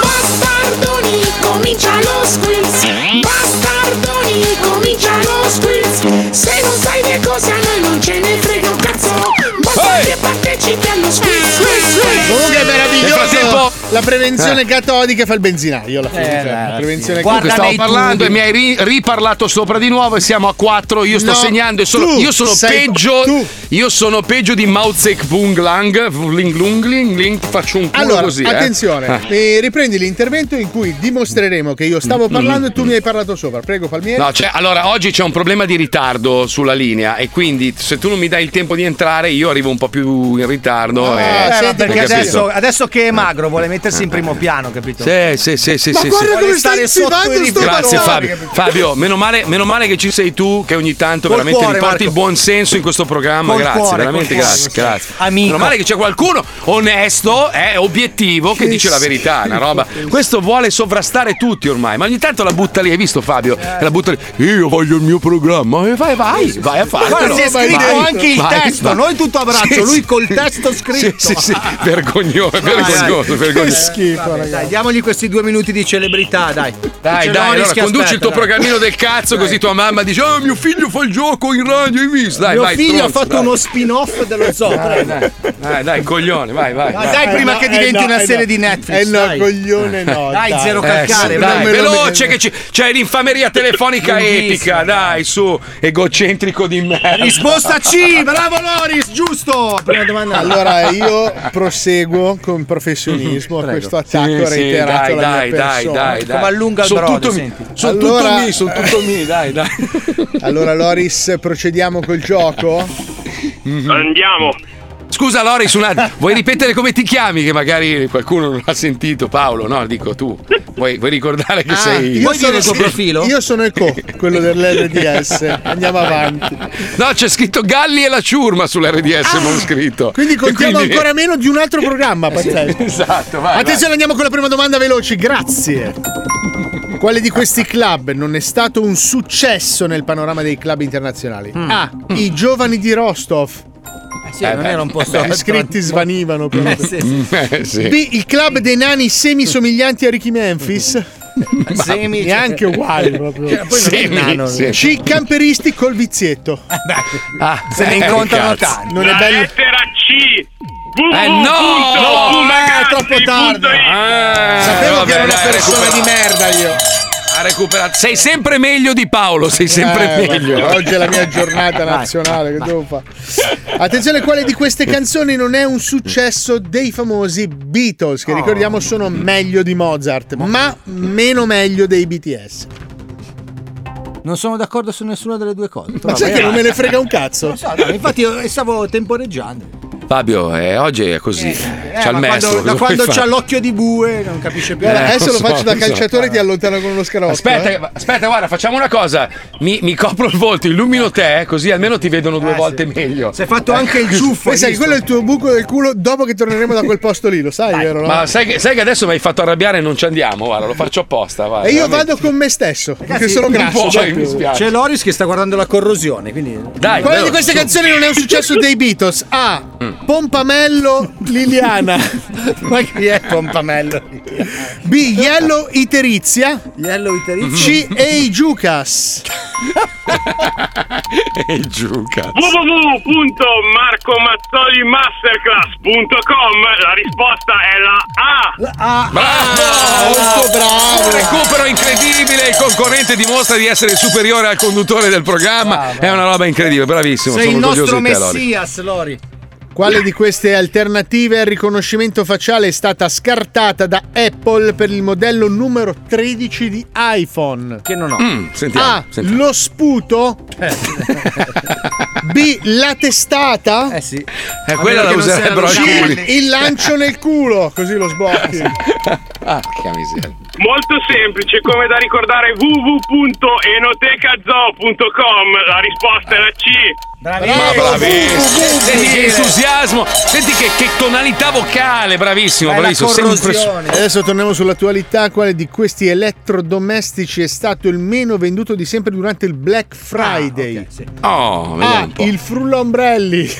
Bastardoni, comincia lo squiz Bastardoni, comincia lo squiz Se non sai che cosa a noi non ce ne frega un cazzo Basta che partecipi allo squiz squiz, squiz. Comunque è meraviglioso. Nel Ecco. frattempo- La prevenzione Eh. catodica fa il benzinaio alla fine. Eh, cioè, la prevenzione Comunque stavo parlando e mi hai ri- riparlato sopra di nuovo e siamo a quattro. Io sto No, segnando e sono, tu io sono sei- peggio. Io sono peggio di Mao Zedong Lang. Ling lung ling ling, faccio un culo Allora, così. eh. attenzione, Eh. eh, riprendi l'intervento in cui dimostreremo che io Mm, stavo parlando e tu mi hai parlato sopra. Prego, Palmieri. No, cioè, allora oggi c'è un problema di ritardo sulla linea e quindi se tu non mi dai il tempo di entrare io arrivo un po' più in ritardo. Ah, e- Eh, Hai senti, perché capito? adesso, adesso che è magro vuole mettersi in primo piano, capito? Sì, sì, sì, sì, Ma sì, guarda sì. come stai sudando sto Grazie valore, Fabio. Fabio, meno male, meno male che ci sei tu che ogni tanto Col veramente cuore, riporti Marco. il buon senso in questo programma. Col grazie, cuore, veramente col cuore. grazie, grazie. Meno male che c'è qualcuno onesto, eh, obiettivo che Che dice la schifo. verità, una roba. Questo vuole sovrastare tutti ormai, ma ogni tanto la butta lì, hai visto Fabio? Eh. La butta lì. Io voglio il mio programma. E vai, vai, vai a farlo. Guarda, si è Vai, scritto vai, anche il vai, testo, vai. noi tutto a braccio, Sì, lui sì. col testo scritto. Ah, Sì, sì, sì. Vergognoso, Vai, vai. vergognoso, Vabbè, vergognoso. schifo, vabbè, ragazzi. Dai, diamogli questi due minuti di celebrità, dai. Dai, Ce dai, l'ho, allora Cioè, rischi, conduci aspetta, il tuo dai. programmino del cazzo, così tua mamma dice: Oh, mio figlio fa il gioco in radio, hai visto? Dai, Mio vai, figlio ha stronzo, fatto dai. uno spin-off dello zoo. Dai, prego. dai, dai, dai, coglione, vai, vai. Ma dai, prima che diventi una serie di Netflix. Eh no, dai. coglione no. Dai, zero calcare, Eh, sì, vai. dai, Non me lo veloce che ci- c'è l'infameria telefonica epica, dai, su, egocentrico di merda. Risposta C, bravo Loris, giusto. Prima domanda. Allora io proseguo con professionismo a Prego. questo attacco Sì, sì, reiterato dai, alla dai, mia dai, persona. dai, dai. Sono tutto mi- sono tutto mi, sono tutto mi, dai, dai. Allora Loris, procediamo col gioco? Andiamo. Mm. Scusa Loris, un attimo, vuoi ripetere come ti chiami? Che magari qualcuno non l'ha sentito, Paolo, no? Dico tu. Vuoi, vuoi ricordare Ah, Ah, che sei. Io sono Eco, quello dell'RDS. Andiamo avanti. Ah! No, c'è scritto Galli e la ciurma sull'RDS, non scritto. Quindi contiamo E quindi- ancora meno di un altro programma, pazzesco. Esatto, vai. Attenzione, andiamo con la prima domanda veloci, grazie. Quale di questi club non è stato un successo nel panorama dei club internazionali? Mm. A. I giovani di Rostov. sì, Eh, non beh, era un posto- Gli iscritti svanivano. proprio. Eh, sì, sì. Eh, sì. B. Il club dei nani semi somiglianti a Ricky Memphis. Semi, neanche cioè- uguali proprio. Cioè, poi non è Semi, nano, sì. lui. C. Camperisti col vizietto. Ah, se ne incontrano tanti. Non è Eh, La bello. lettera C. Eh, no! No, www.ragazzi.it. è troppo tardi. eh, Sapevo vabbè, che era una dai, persona recupera. di merda io. Ha recuperato. Sei sempre meglio di Paolo, sei sempre Eh, vabbè, meglio. Oggi è la mia giornata nazionale, che devo fare? Attenzione, quale di queste canzoni non è un successo dei famosi Beatles, che ricordiamo sono meglio di Mozart, ma meno meglio dei BTS. Non sono d'accordo su nessuna delle due cose. Ma sai che non me ne frega un cazzo? so, no, infatti io stavo temporeggiando. Fabio, eh, oggi è così. C'ha Eh, il ma quando, da maestro. cosa vuoi quando fare? c'ha l'occhio di bue non capisce più. Guarda, Eh, adesso lo lo so, faccio da lo so. calciatore e ti allontano con uno scarotto. Aspetta, eh. che- aspetta, guarda, facciamo una cosa. Mi, mi copro il volto, illumino te, eh, così almeno ti vedono due volte meglio. Sei ciuffo, Poi Eh, sai, quello Ah, è il tuo buco del culo dopo che torneremo da quel posto lì, lo sai, vero? no? Ma sai che, sai che adesso mi hai fatto arrabbiare e non ci andiamo, guarda, lo faccio apposta. vai, e io veramente. vado con me stesso, perché Ragazzi, sono non grasso. puoi, cioè, mi spiace. C'è Loris che sta guardando la corrosione, quindi Dai, Quale di queste canzoni non è un successo dei Beatles? A. Pompamello Liliana. Ma chi è Pompamello? B. Yellow Iterizia. Yellow C. Iterizia. Ei Jucas. E giù, cazzo. www.marcomazzolimasterclass.com La risposta è la A. Bravo! bravo! Un recupero incredibile, il concorrente dimostra di essere superiore al conduttore del programma. È una roba incredibile, bravissimo. Ah, Sei sono il orgoglioso nostro di te, Lori. messias, Lori. Quale di queste alternative al riconoscimento facciale è stata scartata da Apple per il modello numero 13 di iPhone? Che non ho. Eh. Mm, sentiamo, A. sentiamo. Lo sputo. B. La testata. Eh sì. Eh, quella la userebbero alcuni. Il lancio nel culo, così lo sbocchi. Ah, che miseria. Molto semplice, come da ricordare www.enotecazoo.com La risposta è la C. Eh, Ma bravissimo. Senti che entusiasmo, senti che, che tonalità vocale, bravissimo, bravissimo. Sempre su- Adesso torniamo sull'attualità. Quale di questi elettrodomestici è stato il meno venduto di sempre durante il Ah, Black Friday? Oh, vediamo A. un po'. Ah, Il frullo ombrelli.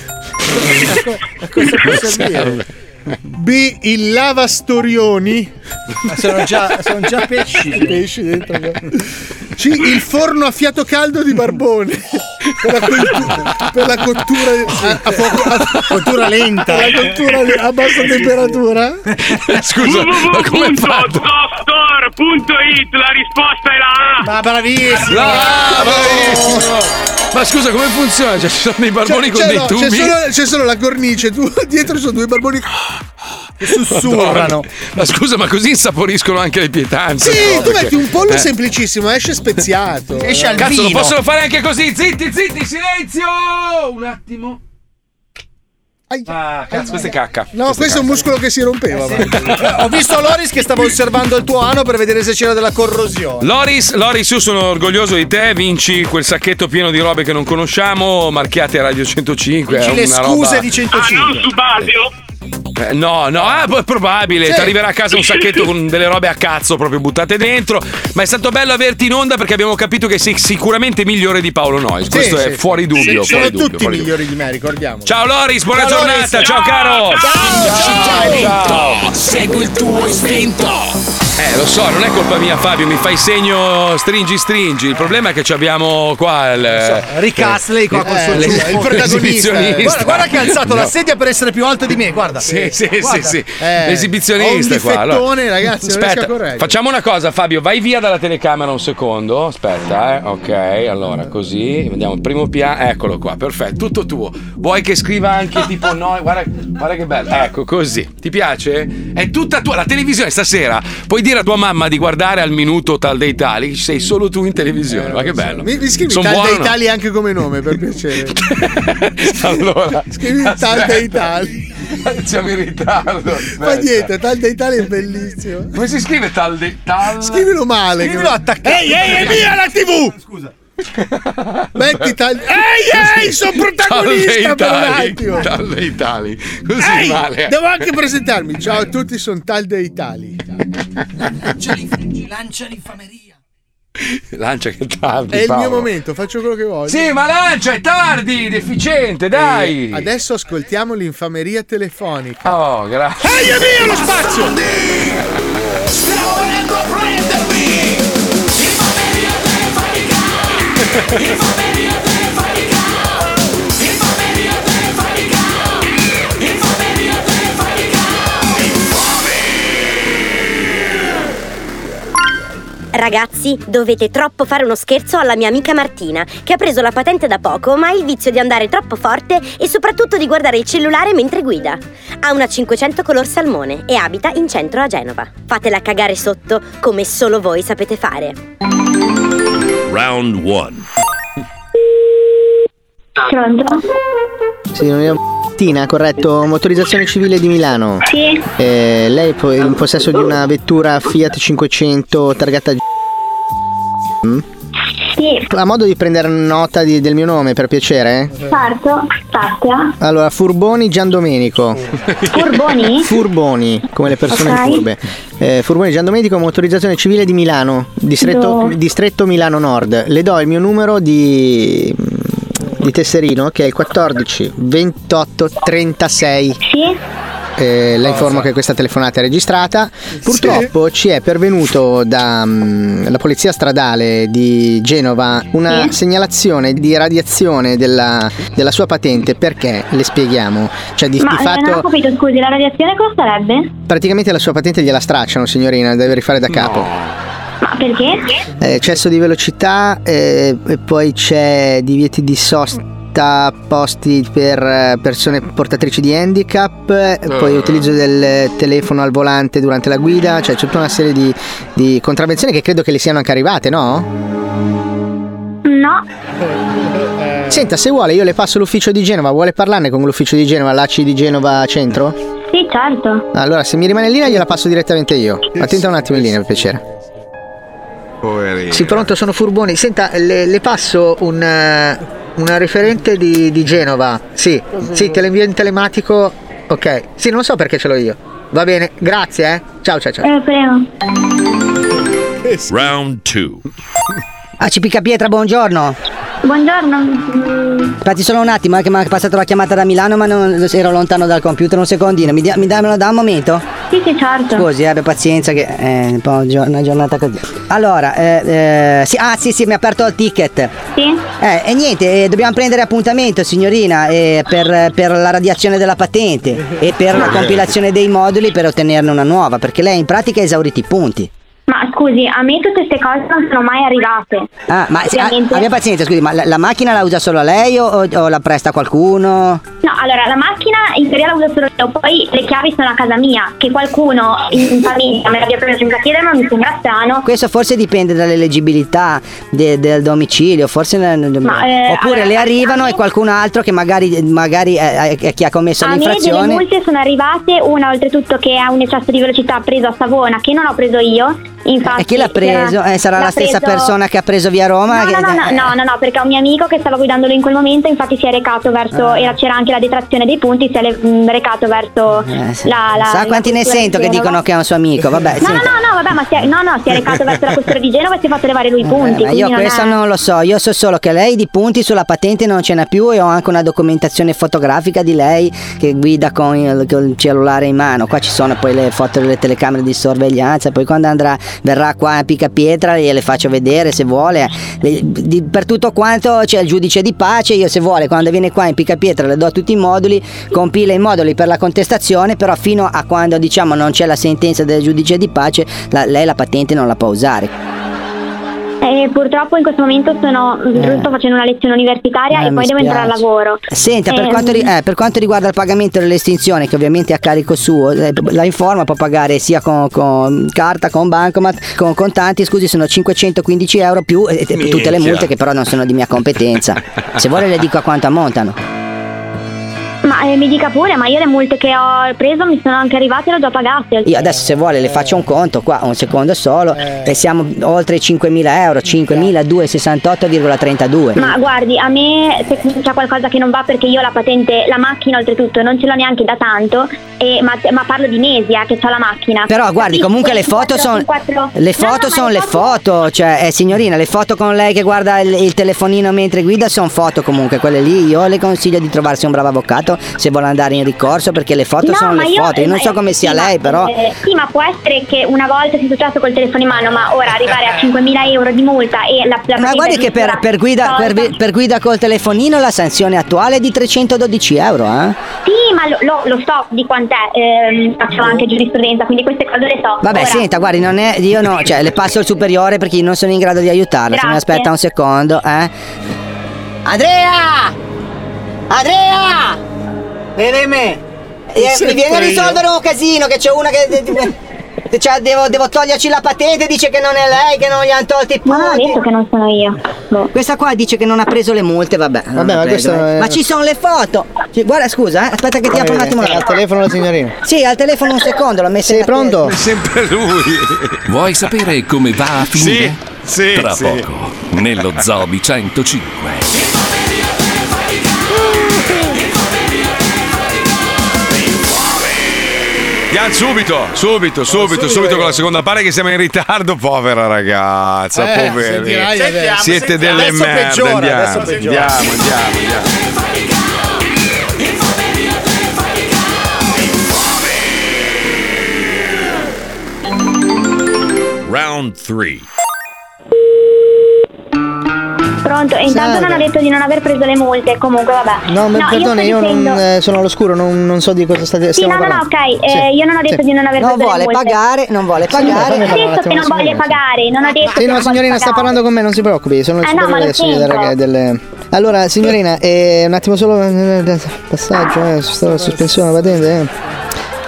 B. Il lavastorioni. Ma sono già- sono già pesci. Pesci dentro. no? C. Il forno a fiato caldo di Barbone. Per la, coltu- per la cottura a, a fuoco- a- Cottura lenta. eh. Per la cottura le- a bassa temperatura. Cioè, Scusa, Cioè, ma come fatto? www.zostore.it La risposta è la A. Ma bravissimo. Ah, bravissimo. Ma scusa, come funziona? Cioè, ci sono dei barboni Cioè, con cioè, dei no, tubi? Ah, C'è solo, c'è solo la cornice, tu dietro sono due barboni che sussurrano. Madonna. Ma scusa, ma così insaporiscono anche le pietanze. Sì, no? tu Perché- metti un pollo Eh. semplicissimo, esce speziato. Cazzo, lo possono fare anche così. Zitti, zitti, silenzio. Un attimo. Ah, cazzo, questa è cacca. No, questo è un muscolo che si rompeva. Ho visto Loris che stava osservando il tuo ano per vedere se c'era della corrosione. Loris, Loris, io sono orgoglioso di te. Vinci quel sacchetto pieno di robe che non conosciamo, marchiate Radio 105. è Dici le una scuse roba- di 105. Subasio. Eh, No, no, ah, è probabile. Sì. Ti arriverà a casa un sacchetto con delle robe a cazzo proprio buttate dentro. Ma è stato bello averti in onda perché abbiamo capito che sei sicuramente migliore di Paolo Noyes. Sì, Questo è sì. fuori Sono dubbio. fuori dubbio, tutti fuori dubbio. migliori di me, ricordiamo. Ciao Loris, buona Ciao, Loris. giornata. Ciao, caro. Segui il tuo istinto. Eh, lo so, non è colpa mia, Fabio. Mi fai segno stringi, stringi. Il problema è che ci abbiamo qua il. eh, Rick Astley qua col suo ciuffo. il eh, Guarda, protagonista. guarda che ha alzato la No. sedia per essere più alto di me, guarda. Sì, sì, sì, Guarda. sì. Eh, L'esibizionista ho un qua. difettone, ragazzi, non riesco a Aspetta, correggere. facciamo una cosa, Fabio, vai via dalla telecamera un secondo. Aspetta, eh. Ok, allora così, vediamo il primo piano. Eccolo qua, perfetto, tutto tuo. Vuoi che scriva anche tipo no? Guarda, guarda che bello. Ecco, così. Ti piace? È tutta tua la televisione stasera. Puoi dire a tua mamma di guardare al minuto tal dei tali, sei solo tu in Eh, televisione. Ma che bello. Mi, mi scrivi Son Talda buono o no? Italia anche come nome, per piacere. Allora, Scrivi Talda aspetta. Italia. Siamo in ritardo. Fa aspetta. niente, Talda Italia è bellissimo. Come si scrive Talde? Tal... Scrivilo male. Scrivilo attaccato. Ehi, ehi, è mia la TV! Scusa. Metti Talda... Ehi, ehi, sono protagonista per un Dalle attimo. Itali, dalle Itali. Così Ehi, male. devo anche presentarmi. Ciao a tutti, sono Talda Italia. Lancia l'infameria. Lancia che tardi. È il Paolo. mio momento, faccio quello che voglio. Sì, ma lancia, è tardi, deficiente, dai. E adesso ascoltiamo l'infameria telefonica. Oh, grazie. Ehi, è mio lo spazio! Ragazzi, dovete troppo fare uno scherzo alla mia amica Martina, che ha preso la patente da poco, ma ha il vizio di andare troppo forte e soprattutto di guardare il cellulare mentre guida. Ha una 500 color salmone e abita in centro a Genova. Fatela cagare sotto, come solo voi sapete fare. Round 1. Pronto? Sì, non è Tina, corretto, motorizzazione civile di Milano. Sì. Eh, lei è po- in possesso di una vettura Fiat 500 targata G. Mm? Ha modo di prendere nota di- del mio nome per piacere? Parto, parta. Allora, Furboni Gian Domenico. Furboni? Furboni, come le persone Ok. furbe. Eh, Furboni Gian Domenico, motorizzazione civile di Milano, distretto, Do- distretto Milano Nord. Le do il mio numero di, di tesserino che è il 14 28 36. Sì. Eh, la informo che questa telefonata è registrata. Purtroppo ci è pervenuto dalla polizia stradale di Genova una Sì. segnalazione di radiazione della, della sua patente perché le spieghiamo. Cioè, di, Ma eh, di non ho fatto, capito, scusi, la radiazione cosa sarebbe? praticamente la sua patente gliela stracciano, signorina, deve rifare da capo. Ma perché? Eh, eccesso di velocità, eh, e poi c'è divieti di sosta posti per eh, persone portatrici di handicap, eh, poi utilizzo del eh, telefono al volante durante la guida, cioè c'è tutta una serie di, di contravvenzioni che credo che le siano anche arrivate, no? No. Senta, se vuole io le passo l'ufficio di Genova, vuole parlarne con l'ufficio di Genova, l'ACI di Genova Centro? Sì, certo. Allora, se mi rimane in linea gliela passo direttamente io. Attenta un attimo in linea, per piacere. Poverino. Sì, pronto, sono Furboni. Senta, le, le passo un, eh, una referente di, di Genova. Sì, sì, te l'envio in telematico. Ok, sì, non so perché ce l'ho io. Va bene, grazie, eh. Ciao, ciao, ciao. Eh, prego. Eh Round 2. ACPK Ah, Pietra, buongiorno. Buongiorno. Aspetti solo un attimo, eh, che mi ha passato la chiamata da Milano, ma non, ero lontano dal computer un secondino. Mi, dia- mi dai- me lo dà un momento? Sì, sì, certo. Scusi, abbia pazienza, che è un po' gio- una giornata così. Allora, eh, eh, sì, ah, sì, sì, mi ha aperto il ticket. Sì. Eh, e niente, eh, dobbiamo prendere appuntamento, signorina, eh, per, per la radiazione della patente e per la compilazione dei moduli per ottenerne una nuova, perché lei in pratica ha esaurito i punti. Ma scusi, a me tutte queste cose non sono mai arrivate. Ah, ma se- ah, Ovviamente- abbia pazienza, scusi, ma la, la macchina la usa solo lei o, o- o la presta a qualcuno? No, allora la macchina in teoria la uso solo io, poi le chiavi sono a casa mia. Che qualcuno in in famiglia me l'abbia preso in cantiere non mi sembra strano. Questo forse dipende dall'eleggibilità de- del domicilio, forse. Ma, eh, oppure allora, le arrivano e qualcun altro che magari, magari eh, è, è- è chi ha commesso A me delle l'infrazione. multe sono arrivate, una oltretutto che ha un eccesso di velocità preso a Savona che non ho preso io Infatti, E chi l'ha preso? era- Eh, sarà l'ha la stessa preso- persona che ha preso via Roma? No, Oh, che- no, no, no, no, no, no, perché è un mio amico che stava guidandolo in quel momento, infatti si è recato verso, Ah. era- c'era anche la detrazione dei punti, si è le- mh, recato verso Eh, sì. la, la... Sa quanti ne la sento che Genova. dicono che è un suo amico? Vabbè, No, no, senti. no, no, vabbè, ma si è, no, no, si è recato verso la questura di Genova e si è fatto levare lui i punti. Eh, ma quindi io non questo è- non lo so, io so solo che lei di punti sulla patente non ce n'ha più e ho anche una documentazione fotografica di lei che guida con il, con il cellulare in mano. Qua ci sono poi le foto delle telecamere di sorveglianza, poi quando andrà verrà qua a Picapietra e le faccio vedere se vuole. Le- di- per tutto quanto c'è il giudice di pace, io se vuole quando viene qua in Picapietra le do tutti i moduli, compila i moduli per la contestazione, però fino a quando diciamo non c'è la sentenza del giudice di pace, la- lei la patente non la può usare. Eh, purtroppo in questo momento sono sto facendo una lezione universitaria Eh, e mi poi devo entrare al spiace. lavoro. Senta, per Eh, quanto, ri- eh, per quanto riguarda il pagamento dell'estinzione, che ovviamente è a carico suo, eh, la informa può pagare sia con, con carta, con bancomat, con contanti, scusi, sono 515 euro più eh, eh, tutte le Minchia. multe che però non sono di mia competenza. Se vuole le dico a quanto ammontano. Ma eh, mi dica pure, ma io le multe che ho preso mi sono anche arrivate e le ho già pagate. Io adesso se vuole le faccio un conto qua, un secondo solo, e siamo oltre i 5.000 euro, 5.268,32. Ma guardi, a me se c'è qualcosa che non va perché io la patente, la macchina oltretutto, non ce l'ho neanche da tanto, e- ma, ma parlo di mesi eh, che ho la macchina. Però guardi, Sì, comunque le foto 24, sono 24. le foto No, no, ma sono le foto, cioè eh, signorina, le foto con lei che guarda il, il telefonino mentre guida sono foto comunque, quelle lì io le consiglio di trovarsi un bravo avvocato se vuole andare in ricorso perché le foto No, sono ma le io- eh, foto, io non ma- so come sia lei però Eh, sì, ma può essere che una volta sia successo col telefono in mano, ma ora arrivare a 5.000 euro di multa e la, la Ma patente guardi che per, per guida, per, vi- per guida col telefonino la sanzione attuale è di 312 euro, eh? Sì, ma lo, lo- lo so di quant'è, ehm, faccio anche giurisprudenza, quindi queste cose le so. Vabbè, Ora- senta, guardi, non è. Io no, cioè, le passo il superiore perché io non sono in grado di aiutarla. Se mi Grazie. aspetta un secondo, eh. Andrea! Andrea! Vereme! Sì, mi viene Eh, a io. risolvere un casino che c'è una che. che- cioè, devo, devo toglierci la patente, dice che non è lei, che non gli hanno tolti i punti. Ma detto che non sono io. Boh. Questa qua dice che non ha preso le multe, vabbè. non Vabbè, ha ma preso, questo eh. è- Ma ci sono le foto! Ci- Guarda, scusa, eh, aspetta che ti apro un attimo la. Al telefono la signorina. Sì, al telefono un secondo, l'ho messa Sei pronto? Sempre lui. Vuoi sapere come va a finire? Sì, Tra sì. poco, nello Zobi 105. Andiamo subito, subito, subito, subito con la seconda parte che siamo in ritardo, povera ragazza, Eh, poveri. sentirai, Sentiamo, Siete sentiamo. delle Adesso merde, peggiora, andiamo, adesso peggiora. andiamo, andiamo, andiamo. Round 3. Pronto, e intanto Salve. non ha detto di non aver preso le multe, comunque vabbè. No, ma perdone, sto io, dicendo- non, eh, sono all'oscuro, non, non so di cosa state Sì, stiamo no, no, no, parlando. ok, eh, Sì, io non ho detto sì. di non aver Non preso vuole le multe. pagare, non vuole pagare. Non ho fammi detto che non parlare voglio un pagare, non ho detto Sì, che no, non signorina, voglio sta pagare. parlando con me, non si preoccupi, sono il Eh, no, superiore ma lo adesso gli darò sento. che- delle... Allora, signorina, eh, un attimo solo, eh, passaggio, eh, su sta sospensione, patente, eh.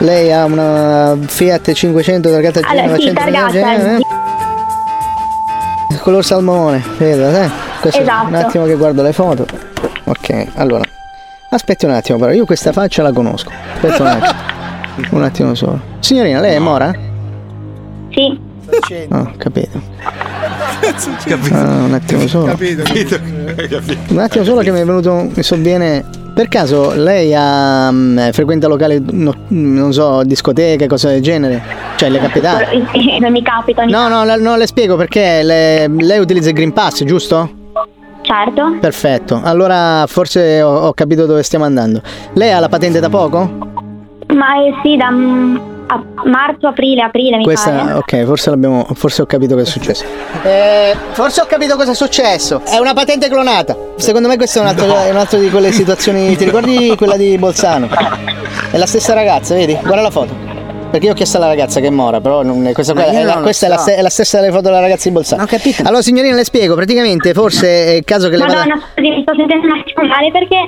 Lei ha una Fiat 500 targata Allora, sì, 900 targata eh? color salmone, vedo, eh. Questo Esatto. un attimo che guardo le foto. Ok, allora. Aspetti un attimo però, io questa faccia la conosco. Aspetta un attimo. un attimo solo. Signorina, lei è mora? Sì. No, capito. Ah, un attimo solo. Capito, capito. Un attimo solo che mi è venuto, mi sovviene... Per caso lei ha, mm, frequenta locali, no- non so, discoteche, cose del genere? Cioè, le è capitato? Sì, non mi capita. ogni No, no, la- no, le spiego perché le- lei utilizza il Green Pass, giusto? Certo. Perfetto, allora forse ho, ho capito dove stiamo andando. Lei ha la patente da poco? Ma eh, sì, da mm, a- marzo, aprile, aprile mi pare. Questa, ok, forse, l'abbiamo, forse ho capito che è successo. Eh, forse ho capito cosa è successo. È una patente clonata. Secondo me questa è un altro, è un altro di quelle situazioni, ti ricordi quella di Bolzano? È la stessa ragazza, vedi? Guarda la foto. Perché io ho chiesto alla ragazza che è mora, però non- questa, Ma qua- io è, la, non lo questa è la so. ste- è la stessa delle foto della ragazza di Bolzano. Ho capito. Allora signorina le spiego, praticamente forse è il caso che le vada... Madonna, scusi, mi sto sentendo un attimo male perché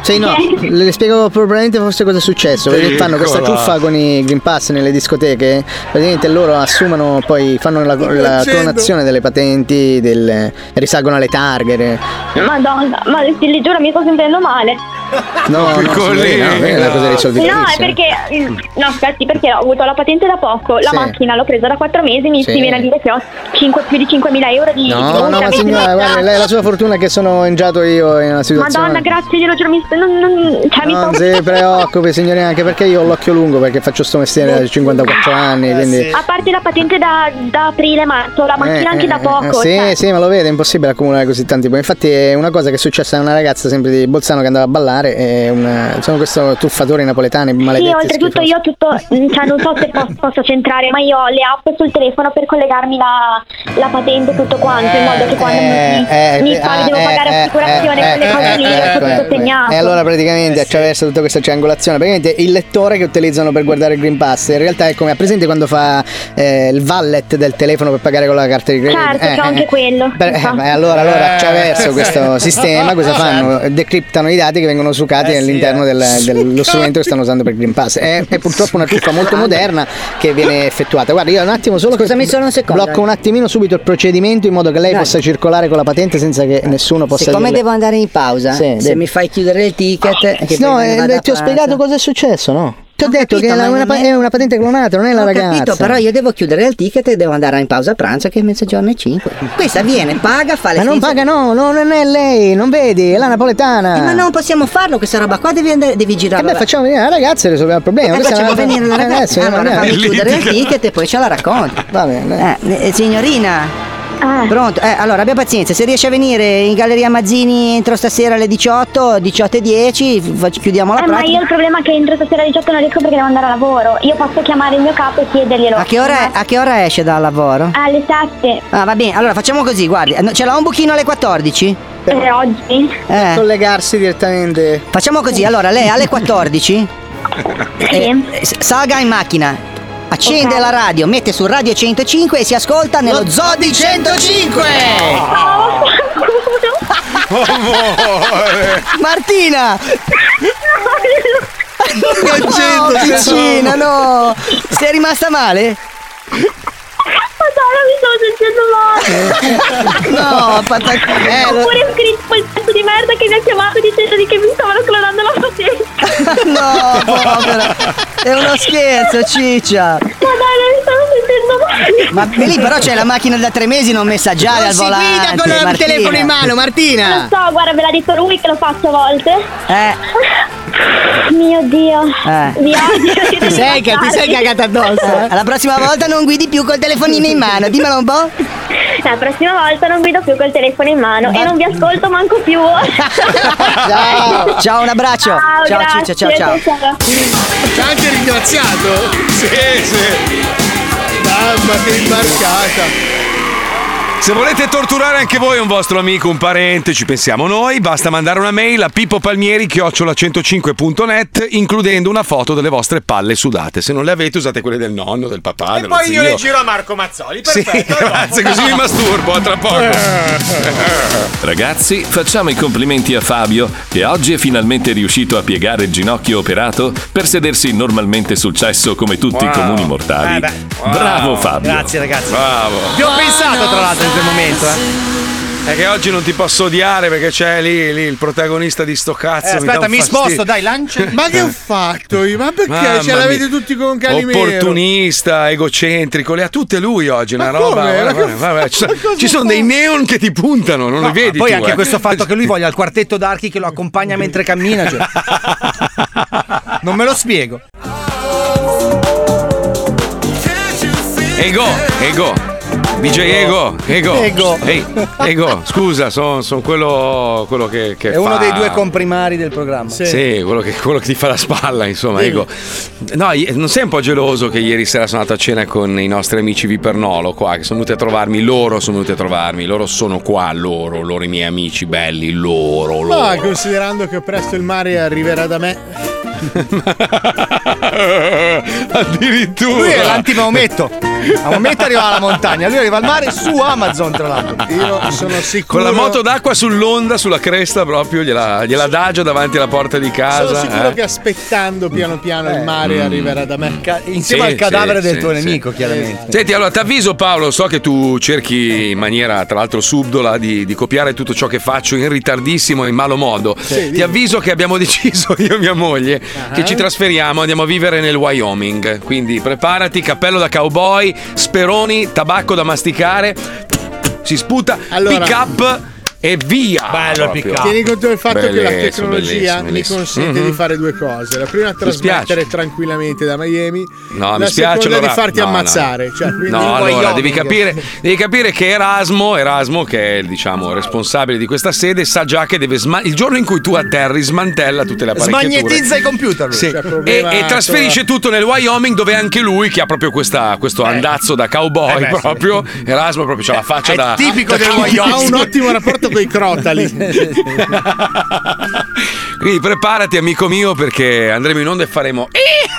Sì, no, le spiego probabilmente forse cosa è successo. Perché fanno questa Eccola. ciuffa con i Green Pass nelle discoteche. Praticamente loro assumono, poi fanno la, la Accendo. clonazione delle patenti, del- risalgono alle targhe. Madonna, ma le, le giuro mi sto sentendo male. No, no, signorina, no, non è una cosa risolvitissima. No, è perché. No, aspetti, perché ho avuto la patente da poco. La Sì. macchina l'ho presa da 4 mesi. Mi Sì. si viene a dire che ho cinque- più di 5.000 euro di. di No, multa. no, ma Mi signora, sembra- guarda, lei- la sua fortuna è che sono engiato io in una situazione. Madonna, grazie, glielo giuro. Mi, non, non, cioè, mi Non sto- si preoccupi signorina, anche perché io ho l'occhio lungo perché faccio sto mestiere da 54 Ah, anni, quindi... A parte la patente da, da aprile-marzo, la Eh, macchina Ah, anche eh, da eh, poco. Sì, cioè. sì, ma lo vede, è impossibile accumulare così tanti punti. Infatti è una cosa che è successa a una ragazza sempre di Bolzano che andava a ballare, e un, sono questo tuffatore napoletano, Sì, maledetti, oltretutto schifosi. io ho tutto, cioè non so se posso, posso centrare, ma io ho le app sul telefono per collegarmi la, la patente e tutto quanto, in modo che quando Eh, mi, eh, mi eh, paghi ah, devo eh, pagare eh, assicurazione, eh, quelle cose eh, lì, eh, ho ecco, tutto ecco. segnato. E allora Eh, praticamente attraverso tutta questa triangolazione, praticamente il lettore che utilizzano per guardare il Green Pass, in realtà è come, presente quando fa eh, il wallet del telefono per pagare con la carta di credito. Certo, Eh, c'ho eh, anche eh. quello. Beh, eh, beh, allora, allora attraverso questo sistema Ah, cosa certo. fanno? Decriptano i dati che vengono Eh, sucati all'interno del- dello strumento che stanno usando per il Green Pass. È, è purtroppo una truffa molto moderna che viene effettuata. Guarda, io un attimo solo Scusami solo un secondo. blocco un attimino subito il procedimento in modo che lei Dai. possa circolare con la patente senza che nessuno possa Siccome dirle- devo andare in pausa, Sì, se de- mi fai chiudere il ticket, che No, poi me ne eh, vado a ti ho pranzo. spiegato cosa è successo, no? Ti ho detto capito, che ma è una, non pa- è una patente clonata, non è la Ho ragazza. capito, però io devo chiudere il ticket e devo andare in pausa pranzo che è mezzogiorno e 5. Questa viene, paga, fa le Ma non schifezze- paga, no, no, non è lei, non vedi, è la napoletana. Eh, ma non possiamo farlo, questa roba qua devi, andare, devi E girare. Eh beh, facciamo venire la ragazza e risolviamo il problema. Eh, Questa facciamo è una- venire la eh, adesso ragazza. Allora andiamo. fammi chiudere il ticket e poi ce la racconti. Va bene. Eh, eh, signorina. Ah. Pronto? Eh, allora abbia pazienza, se riesce a venire in Galleria Mazzini entro stasera alle 18, 18.10, fac- chiudiamo la Eh, ma pratica. io il problema è che entro stasera alle 18 non riesco perché devo andare a lavoro. Io posso chiamare il mio capo e chiederglielo. A che, ora, a che ora esce dal lavoro? Alle 7. Ah, va bene, allora facciamo così, guardi, eh, no, ce l'ha un buchino alle 14? Per oggi? Eh. Collegarsi direttamente. Facciamo così, allora lei alle 14 eh, s- salga in macchina, accende Ok. la radio, mette su Radio 105 e si ascolta nello Lo Zoo di 105! Martina! No, piccina, no! Sei rimasta male? Madonna, mi stavo sentendo male. No, patacchino. Oppure ho scritto quel pezzo di merda che mi ha chiamato dicendogli che mi stavano clonando la patente. No, povera. È uno scherzo, ciccia! Madonna, mi stavo sentendo male. Ma lì però c'è la macchina da tre mesi non messaggiare Non al si guida volante. con il Martina. telefono in mano, Lo Ah. Martina! so, guarda, ve l'ha detto lui che lo faccio a volte. Eh. Mio Dio. Vi odio, siete Ti sei, che- ti sei bastardi. cagata addosso. eh? Alla prossima volta non guidi più col telefonino in mano, dimmelo un po'. La prossima volta non guido più col telefono in mano e non vi ascolto manco più. Ciao, ciao, un abbraccio. Ciao, Ciao, grazie, Ciccia, ciao, ciao. Ci ha anche ringraziato? Sì, sì. Mamma che imbarcata. Se volete torturare anche voi un vostro amico, un parente, ci pensiamo noi, basta mandare una mail a pippopalmieri-105.net includendo una foto delle vostre palle sudate. Se non le avete usate quelle del nonno, del papà, dello Poi io zio. le giro a Marco Mazzoli, perfetto. Grazie, così mi masturbo, a tra poco. Ragazzi, facciamo i complimenti a Fabio, che oggi è finalmente riuscito a piegare il ginocchio operato per sedersi normalmente sul cesso come tutti i Wow. comuni mortali. Eh beh, wow. Bravo Fabio! Grazie, ragazzi. Bravo. Vi ho pensato tra l'altro in quel momento, eh. È che oggi non ti posso odiare perché c'è lì, lì il protagonista di sto cazzo. Eh, aspetta, mi sposto, dai, lancia. Ma che ho fatto io? Ma perché Mamma ce l'avete mia. tutti con Calimero? Opportunista, egocentrico, le ha tutte lui oggi, una Ma roba. come? guarda, Ma guarda, che- guarda, ci, sono- ma cosa ci sono fa? dei neon che ti puntano, non No, li vedi? Ah, poi tu, anche eh. questo fatto che lui voglia il quartetto d'archi che lo accompagna mentre cammina. cioè. Non me lo spiego. Ego, ego. DJ Ego, Ego. Ego. Ehi, ego, scusa, sono quello, quello che, che È uno fa- dei due comprimari del programma. Sì, quello, che, quello che ti fa la spalla, insomma, Sì. Ego. No, i- non sei un po' geloso che ieri sera sono andato a cena con i nostri amici Vipernolo qua, che sono venuti a trovarmi, loro sono venuti a trovarmi, loro sono qua, loro, loro i miei amici belli, loro, loro. Ma considerando che presto il mare arriverà da me. Addirittura. Lui è l'anti-Maometto. l'antimaometto A un momento arriva alla montagna, lui arriva al mare su Amazon, tra l'altro. Io sono sicuro. Con la moto d'acqua sull'onda, sulla cresta proprio, gliela, gliela adagio davanti alla porta di casa. Sono sicuro eh. che aspettando piano piano il mare Mm. arriverà da me. insieme Sì, al cadavere sì, del sì, tuo sì. nemico, chiaramente. Senti, allora t'avviso Paolo, so che tu cerchi in maniera tra l'altro subdola di, di copiare tutto ciò che faccio in ritardissimo e in malo modo. Ti avviso che abbiamo deciso io e mia moglie che Ah. ci trasferiamo, andiamo a vivere nel Wyoming. Quindi preparati, cappello da cowboy, speroni, tabacco da masticare, si sputa, Allora- pick up e via. Bello Tieni conto del fatto che la Bellissimo, tecnologia bellissimo, bellissimo. mi consente Mhm. di fare due cose. La prima trasmettere tranquillamente da Miami. No, la mi spiace. seconda allora- di farti no, no. ammazzare. Cioè, quindi no, allora devi capire, devi capire che Erasmo, Erasmo, che è il diciamo, responsabile di questa sede, sa già che deve sma- il giorno in cui tu atterri smantella tutte le apparecchiature. Smagnetizza i eh, computer. lui. Sì. E, e trasferisce tutto nel Wyoming dove anche lui che ha proprio questa- questo Eh. andazzo da cowboy Eh beh, sì. proprio Erasmo proprio c'ha la faccia è da tipico da del cowboy. Wyoming. Ha un ottimo rapporto con i crotali. quindi preparati amico mio perché andremo in onda e faremo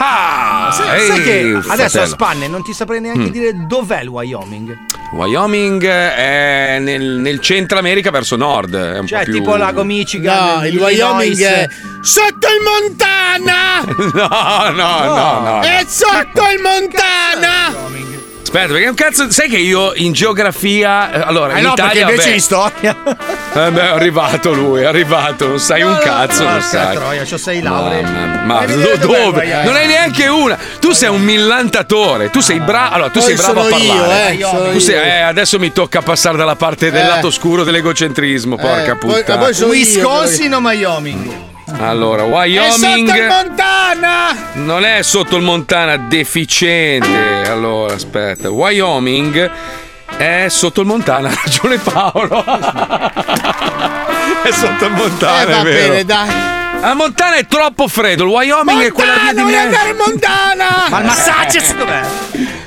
Ah, sai, Ehi, sai che adesso cioè- fratello. a spanne non ti saprei neanche Mm. dire dov'è il Wyoming. Wyoming è nel, nel centro America verso nord è un Cioè, po' più tipo Lago Michigan. No, il Wyoming è sotto il Montana! no no no, no, no. Eh. È sotto il Montana! Aspetta, perché un cazzo. Sai che io in geografia. eh, Ah, Allora, in Italia. beh, storia. eh, beh, è arrivato lui, è arrivato, non sai un cazzo, non Porca sai. troia, c'ho sei lauree. Mamma, ma Devi do- vedere dov'è dove? Guaiai. Non hai neanche una. Tu sei un millantatore. Tu sei bravo. Allora, tu Poi sei bravo a sono io, parlare. eh, sono Tu sei- io. eh, adesso mi tocca passare dalla parte del Eh. lato scuro dell'egocentrismo. Oh, Eh, Porca puttana. Wisconsin o Wyoming? Allora, È Wyoming sotto il Montana! non è sotto il Montana deficiente. Allora, aspetta. Wyoming è sotto il Montana. Ha ragione Paolo. è sotto il Montana. Eh, va è vero. bene, dai. La Montana è troppo freddo. Il Wyoming è quella via di Montana, voglio mezzo. andare in Montana! Ma il Massachusetts dov'è?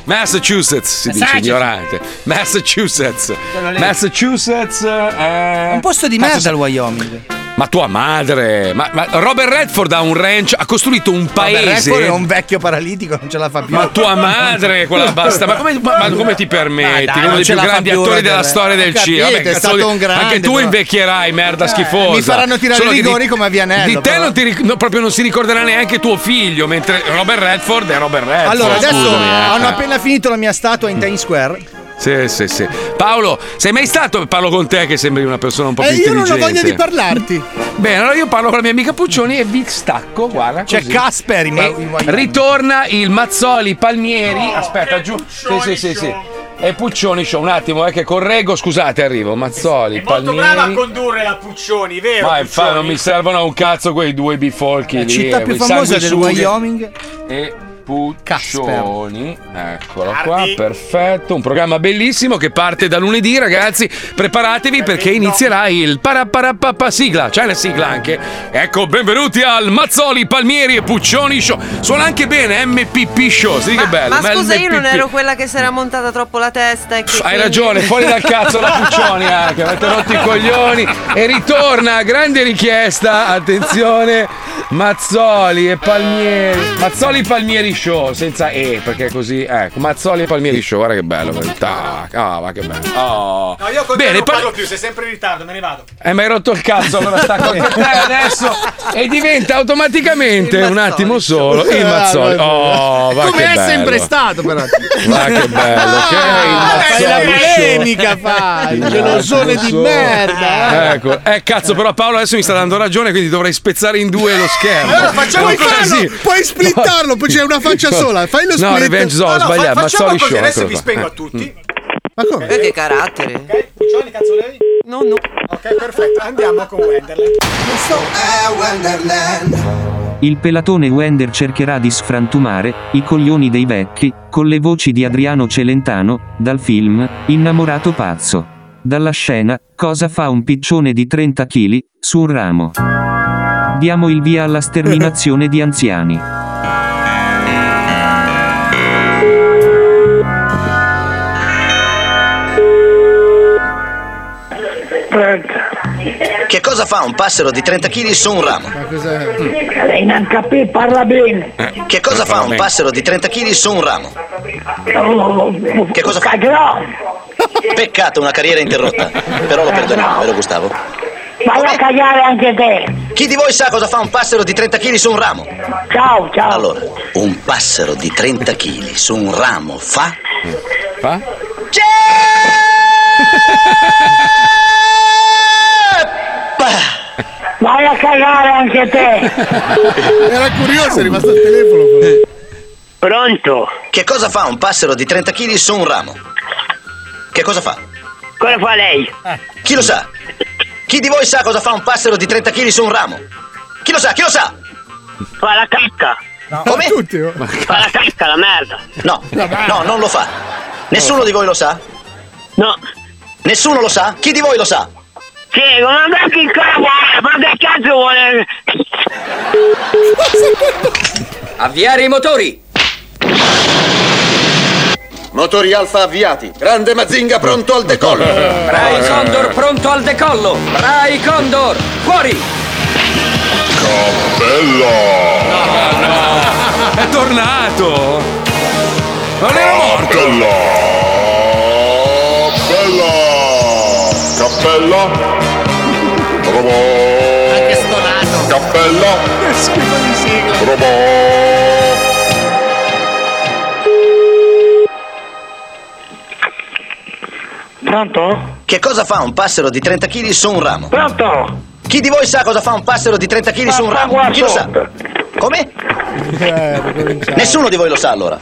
Massachusetts si dice Massachusetts. ignorante. Massachusetts. Sono lì. Massachusetts è Un posto di merda il Wyoming. Ma tua madre, ma, ma Robert Redford ha un ranch, ha costruito un Vabbè, paese. Redford è un vecchio paralitico, non ce la fa più. Ma tua madre, quella basta. Ma come, ma- ma come ti permetti? Ma dai, Uno non dei ce più la fa grandi più, attori della Robert. storia del Ho Eh, capito, cinema. Vabbè, è cazzo stato di- un grande, Anche tu però. invecchierai, merda schifosa. Eh, mi faranno tirare Solo i che di- rigori come a Vianello, Di te però. non ti ric- no, proprio non si ricorderà neanche tuo figlio, mentre Robert Redford è Robert Redford. Allora, adesso scusami, eh. hanno appena finito la mia statua in Times Square. Sì, sì, sì. Paolo, sei mai stato? Parlo con te che sembri una persona Eh, un po' più intelligente. parlarti. Bene, allora io parlo con la mia amica Puccioni e vi stacco, guarda. C'è così. Casper in- E in Wyoming. Ritorna il Mazzoli Palmieri. Aspetta, giù. Sì, sì, sì, sì. E Puccioni Show, un attimo, eh, che correggo, scusate, arrivo. Mazzoli, Molto brava a Palmieri. condurre la Puccioni, vero? Ma infatti non mi servono a un cazzo quei due bifolchi La lì. città eh, più quei famosa del sanguisughe. Wyoming. E Puccioni. Eccolo qua, perfetto. Un programma bellissimo che parte da lunedì, ragazzi. Preparatevi perché inizierà il paraparapappa sigla. C'è la sigla anche. Ecco, benvenuti al Mazzoli, Palmieri e Puccioni Show. Suona anche bene, MPP Show. Sì, che bello. Ma scusa, io non MPP. ero quella che si era montata troppo la testa. E che Hai quindi- ragione, fuori dal cazzo la Puccioni eh. anche, avete rotto i coglioni e ritorna, grande richiesta, attenzione, Mazzoli e Palmieri, Mazzoli e Palmieri Show, senza E, perché così, ecco, Mazzoli e Palmieri Show, guarda che bello, guarda, tac, ah, ma che bello, oh. No, io con te Bene, non par- parlo più, sei sempre in ritardo, me ne vado. eh, ma hai rotto il cazzo, allora stacco con te adesso e diventa automaticamente un attimo solo il Mazzoli, oh, va Come che è bello. sempre stato, però. Ma che bello, che è il Fai la Mazzoli Show. polemica, fai! Il Gelosone di Mazzoli. merda! Ecco, eh cazzo, però Paolo adesso mi sta dando ragione, quindi dovrei spezzare in due lo schermo. Allora facciamo Puoi il farlo, così. puoi splittarlo, poi c'è una faccia sola, fai lo split. No, Revenge Zoo, ho No, no, fa- sbagliato, facciamo Mazzoli così, Show. adesso eccolo vi qua. spengo a Eh, tutti. Ma come? Eh, che carattere. Ok, Puccioni, cazzo lei? No, no. Ok, perfetto, andiamo con Wenderland. Questo è Wenderland. Il pelatone Wender cercherà di sfrantumare i coglioni dei vecchi con le voci di Adriano Celentano dal film Innamorato pazzo. Dalla scena Cosa fa un piccione di 30 kg su un ramo? Diamo il via alla sterminazione di anziani. Che cosa fa un passero di 30 kg su un ramo? Ma cos'è? Eh. Lei non capì, parla bene. Eh, Che cosa fa un passero di 30 kg su un ramo? Che cosa fa? Peccato, una carriera interrotta. Però lo perdonerò, vero Gustavo? Falla cagare anche te. Chi di voi sa cosa fa un passero di 30 kg su un ramo? Ciao, ciao. Allora, un passero di 30 kg su un ramo fa? Fa? Vai a cagare anche te. Era curioso, è rimasto al telefono. però. Pronto? Che cosa fa un passero di 30 kg su un ramo? Che cosa fa? Cosa fa lei? Eh. Chi lo sa? Chi di voi sa cosa fa un passero di 30 kg su un ramo? Chi lo sa? Chi lo sa? Fa la cacca. Come? oh. Fa la cacca, la merda. No, no, non lo fa. Nessuno di voi lo sa? No. Nessuno lo sa? Chi di voi lo sa? Sì, ma metti il cavolo, ma che cazzo vuole? Avviare i motori! Motori alfa avviati, grande Mazinga pronto al decollo! Brai Condor pronto al decollo! Brai Condor, fuori! È tornato! Non era morto! Cappella Robò Anche stonato Cappella Che schifo di sigla Robò Pronto? Che cosa fa un passero di 30 kg su un ramo? Pronto? Chi di voi sa cosa fa un passero di 30 kg su un ramo? Chi lo sa? Come? Eh, Nessuno di voi lo sa allora.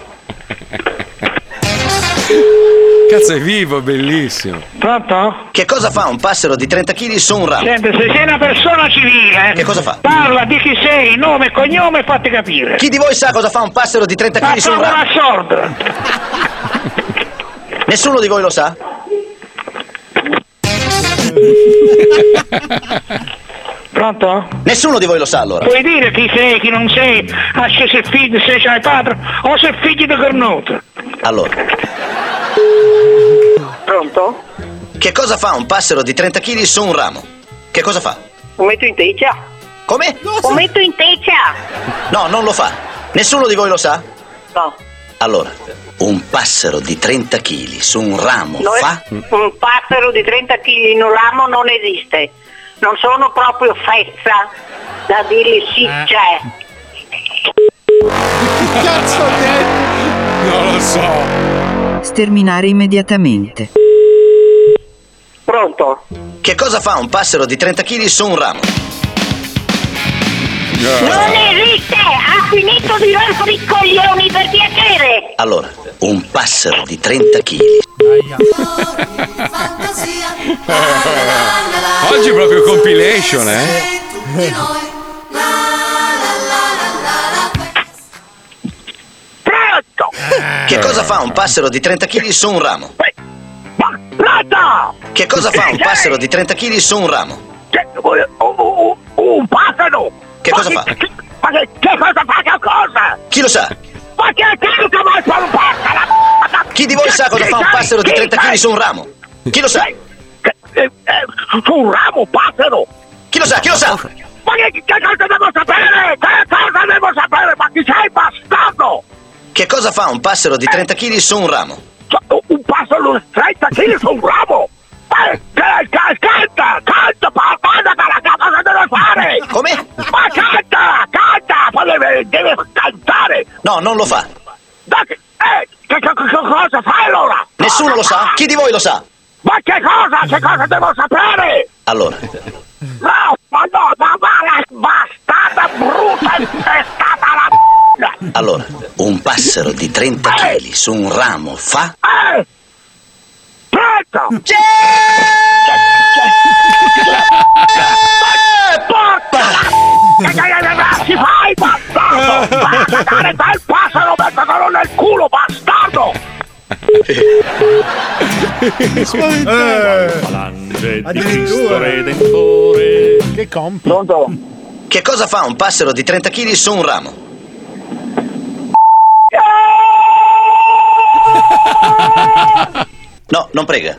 Cazzo, è vivo, bellissimo. Pronto? Che cosa fa un passero di 30 kg su un ramo? Senti, se sei una persona civile, eh, Che cosa fa? parla di chi sei, nome e cognome e fatti capire. Chi di voi sa cosa fa un passero di 30 kg su un Ma ramo? come la Nessuno di voi lo sa? Pronto? Nessuno di voi lo sa allora. Puoi dire chi sei, chi non sei, ah, se sei figlio, se c'hai padre o se figli di cornuto. Allora. Pronto? Che cosa fa un passero di 30 kg su un ramo? Che cosa fa? Lo metto in teccia. Come? Lo metto in teccia. No, non lo fa. Nessuno di voi lo sa? No. Allora, un passero di 30 kg su un ramo No, fa? Un passero di 30 kg in un ramo non esiste. Non sono proprio fessa da dire sì c'è. Cazzo Non lo so. Sterminare immediatamente. Pronto. Che cosa fa un passero di 30 kg su un ramo? Non esiste! Ha finito di rompere i coglioni per piacere! Allora, un passero di 30 kg. Oggi è proprio compilation, eh? Che cosa fa un passero di 30 kg su un ramo? Che cosa fa un passero di 30 kg su un ramo? Un passero! Che cosa fa? Ma che, che cosa fa che cosa? Chi lo sa? Ma che cazzo ma fa un passero? Chi di voi sa cosa fa un passero di 30 kg su un ramo? Chi lo sa? eh, Su un ramo passero! Chi lo sa? Chi lo sa? Ma che, che cosa devo sapere? Che cosa devo sapere? Ma chi sei bastardo? Eh. Che cosa fa un passero di 30 kg su un ramo? Cioè, Un passero di 30 kg su un ramo! Ma che- che- Canta! Canta! ma Guarda che la cosa deve fare! Come? Ma canta! Canta! Ma deve, deve cantare! No, non lo fa. Ma che, eh, che, che- che cosa fai allora? Nessuno lo sa? Chi di voi lo sa? Ma che cosa? Che cosa devo sapere? Allora, Eh. No, ma no, ma va la bastarda brutta infestata la p***a! allora, un passero di 30 kg su un ramo fa? Eh! Pronto! C'è! Ci fai bastardo! Dai, dai, il passero mettetelo nel culo, bastardo! Eh. Falange di Cristo Addirittura. Redentore Che compito. Pronto? Che cosa fa un passero di 30 kg su un ramo? No, non prega.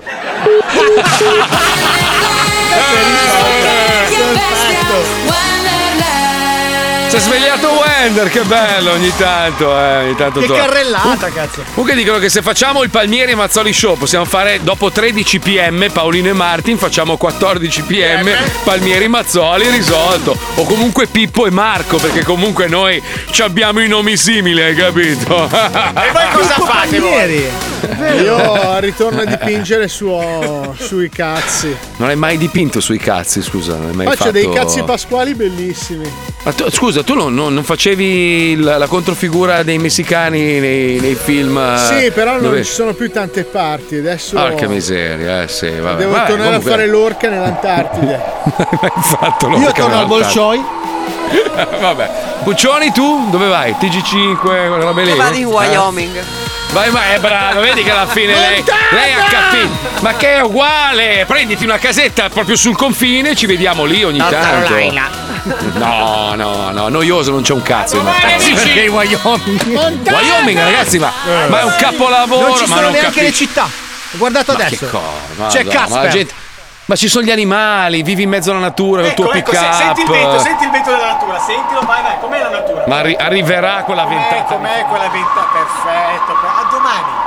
Si è svegliato Wender, che bello ogni tanto, eh, ogni tanto Che torna. carrellata, cazzo. Comunque dicono che se facciamo il Palmieri e Mazzoli Show possiamo fare dopo 13 pm Paolino e Martin, facciamo 14 pm Palmieri, Mazzoli risolto. O comunque Pippo e Marco, perché comunque noi ci abbiamo i nomi simili, hai capito? E voi cosa Pippo fate voi? Palmieri. Io non ritorno a dipingere su- sui cazzi. hai mai dipinto sui cazzi, scusa. Non hai mai Faccio fatto... dei cazzi pasquali bellissimi. Ma tu- scusa, tu non, non- non facevi la, la controfigura dei messicani nei, nei film? eh, sì, però non dove- ci sono più tante parti. Adesso Porca miseria, eh sì, vabbè. devo Vabbè, tornare comunque- a fare l'orca nell'Antartide. Hai fatto Io l'orca torno al nell'altar. Bolshoi. vabbè. Puccioni tu? Dove vai? TG5, quella roba lì? Io vado in Eh? Wyoming. Vai, vai, è bravo, vedi che alla fine lei, lei ha capito. Ma che è uguale! Prenditi una casetta proprio sul confine, ci vediamo lì ogni North tanto. Carolina. No, no, no, noioso non c'è un cazzo. in realtà. Dei Wyoming. Wyoming, Oh, ragazzi, ma, Eh. ma è un capolavoro. Non ci ma sono neanche capisci- le città. Ho guardato Ma adesso. Che cosa? C'è Madonna, Casper. Ma, la gente- ma ci sono gli animali, vivi in mezzo alla natura Ecco, col tuo ecco, pick se- up. senti il vento, senti il vento della natura, sentilo, vai, vai, com'è la natura? Ecco, Eh, Ma arri- arriverà quella Com'è, ventata. com'è quella ventata? Perfetto, per- a domani.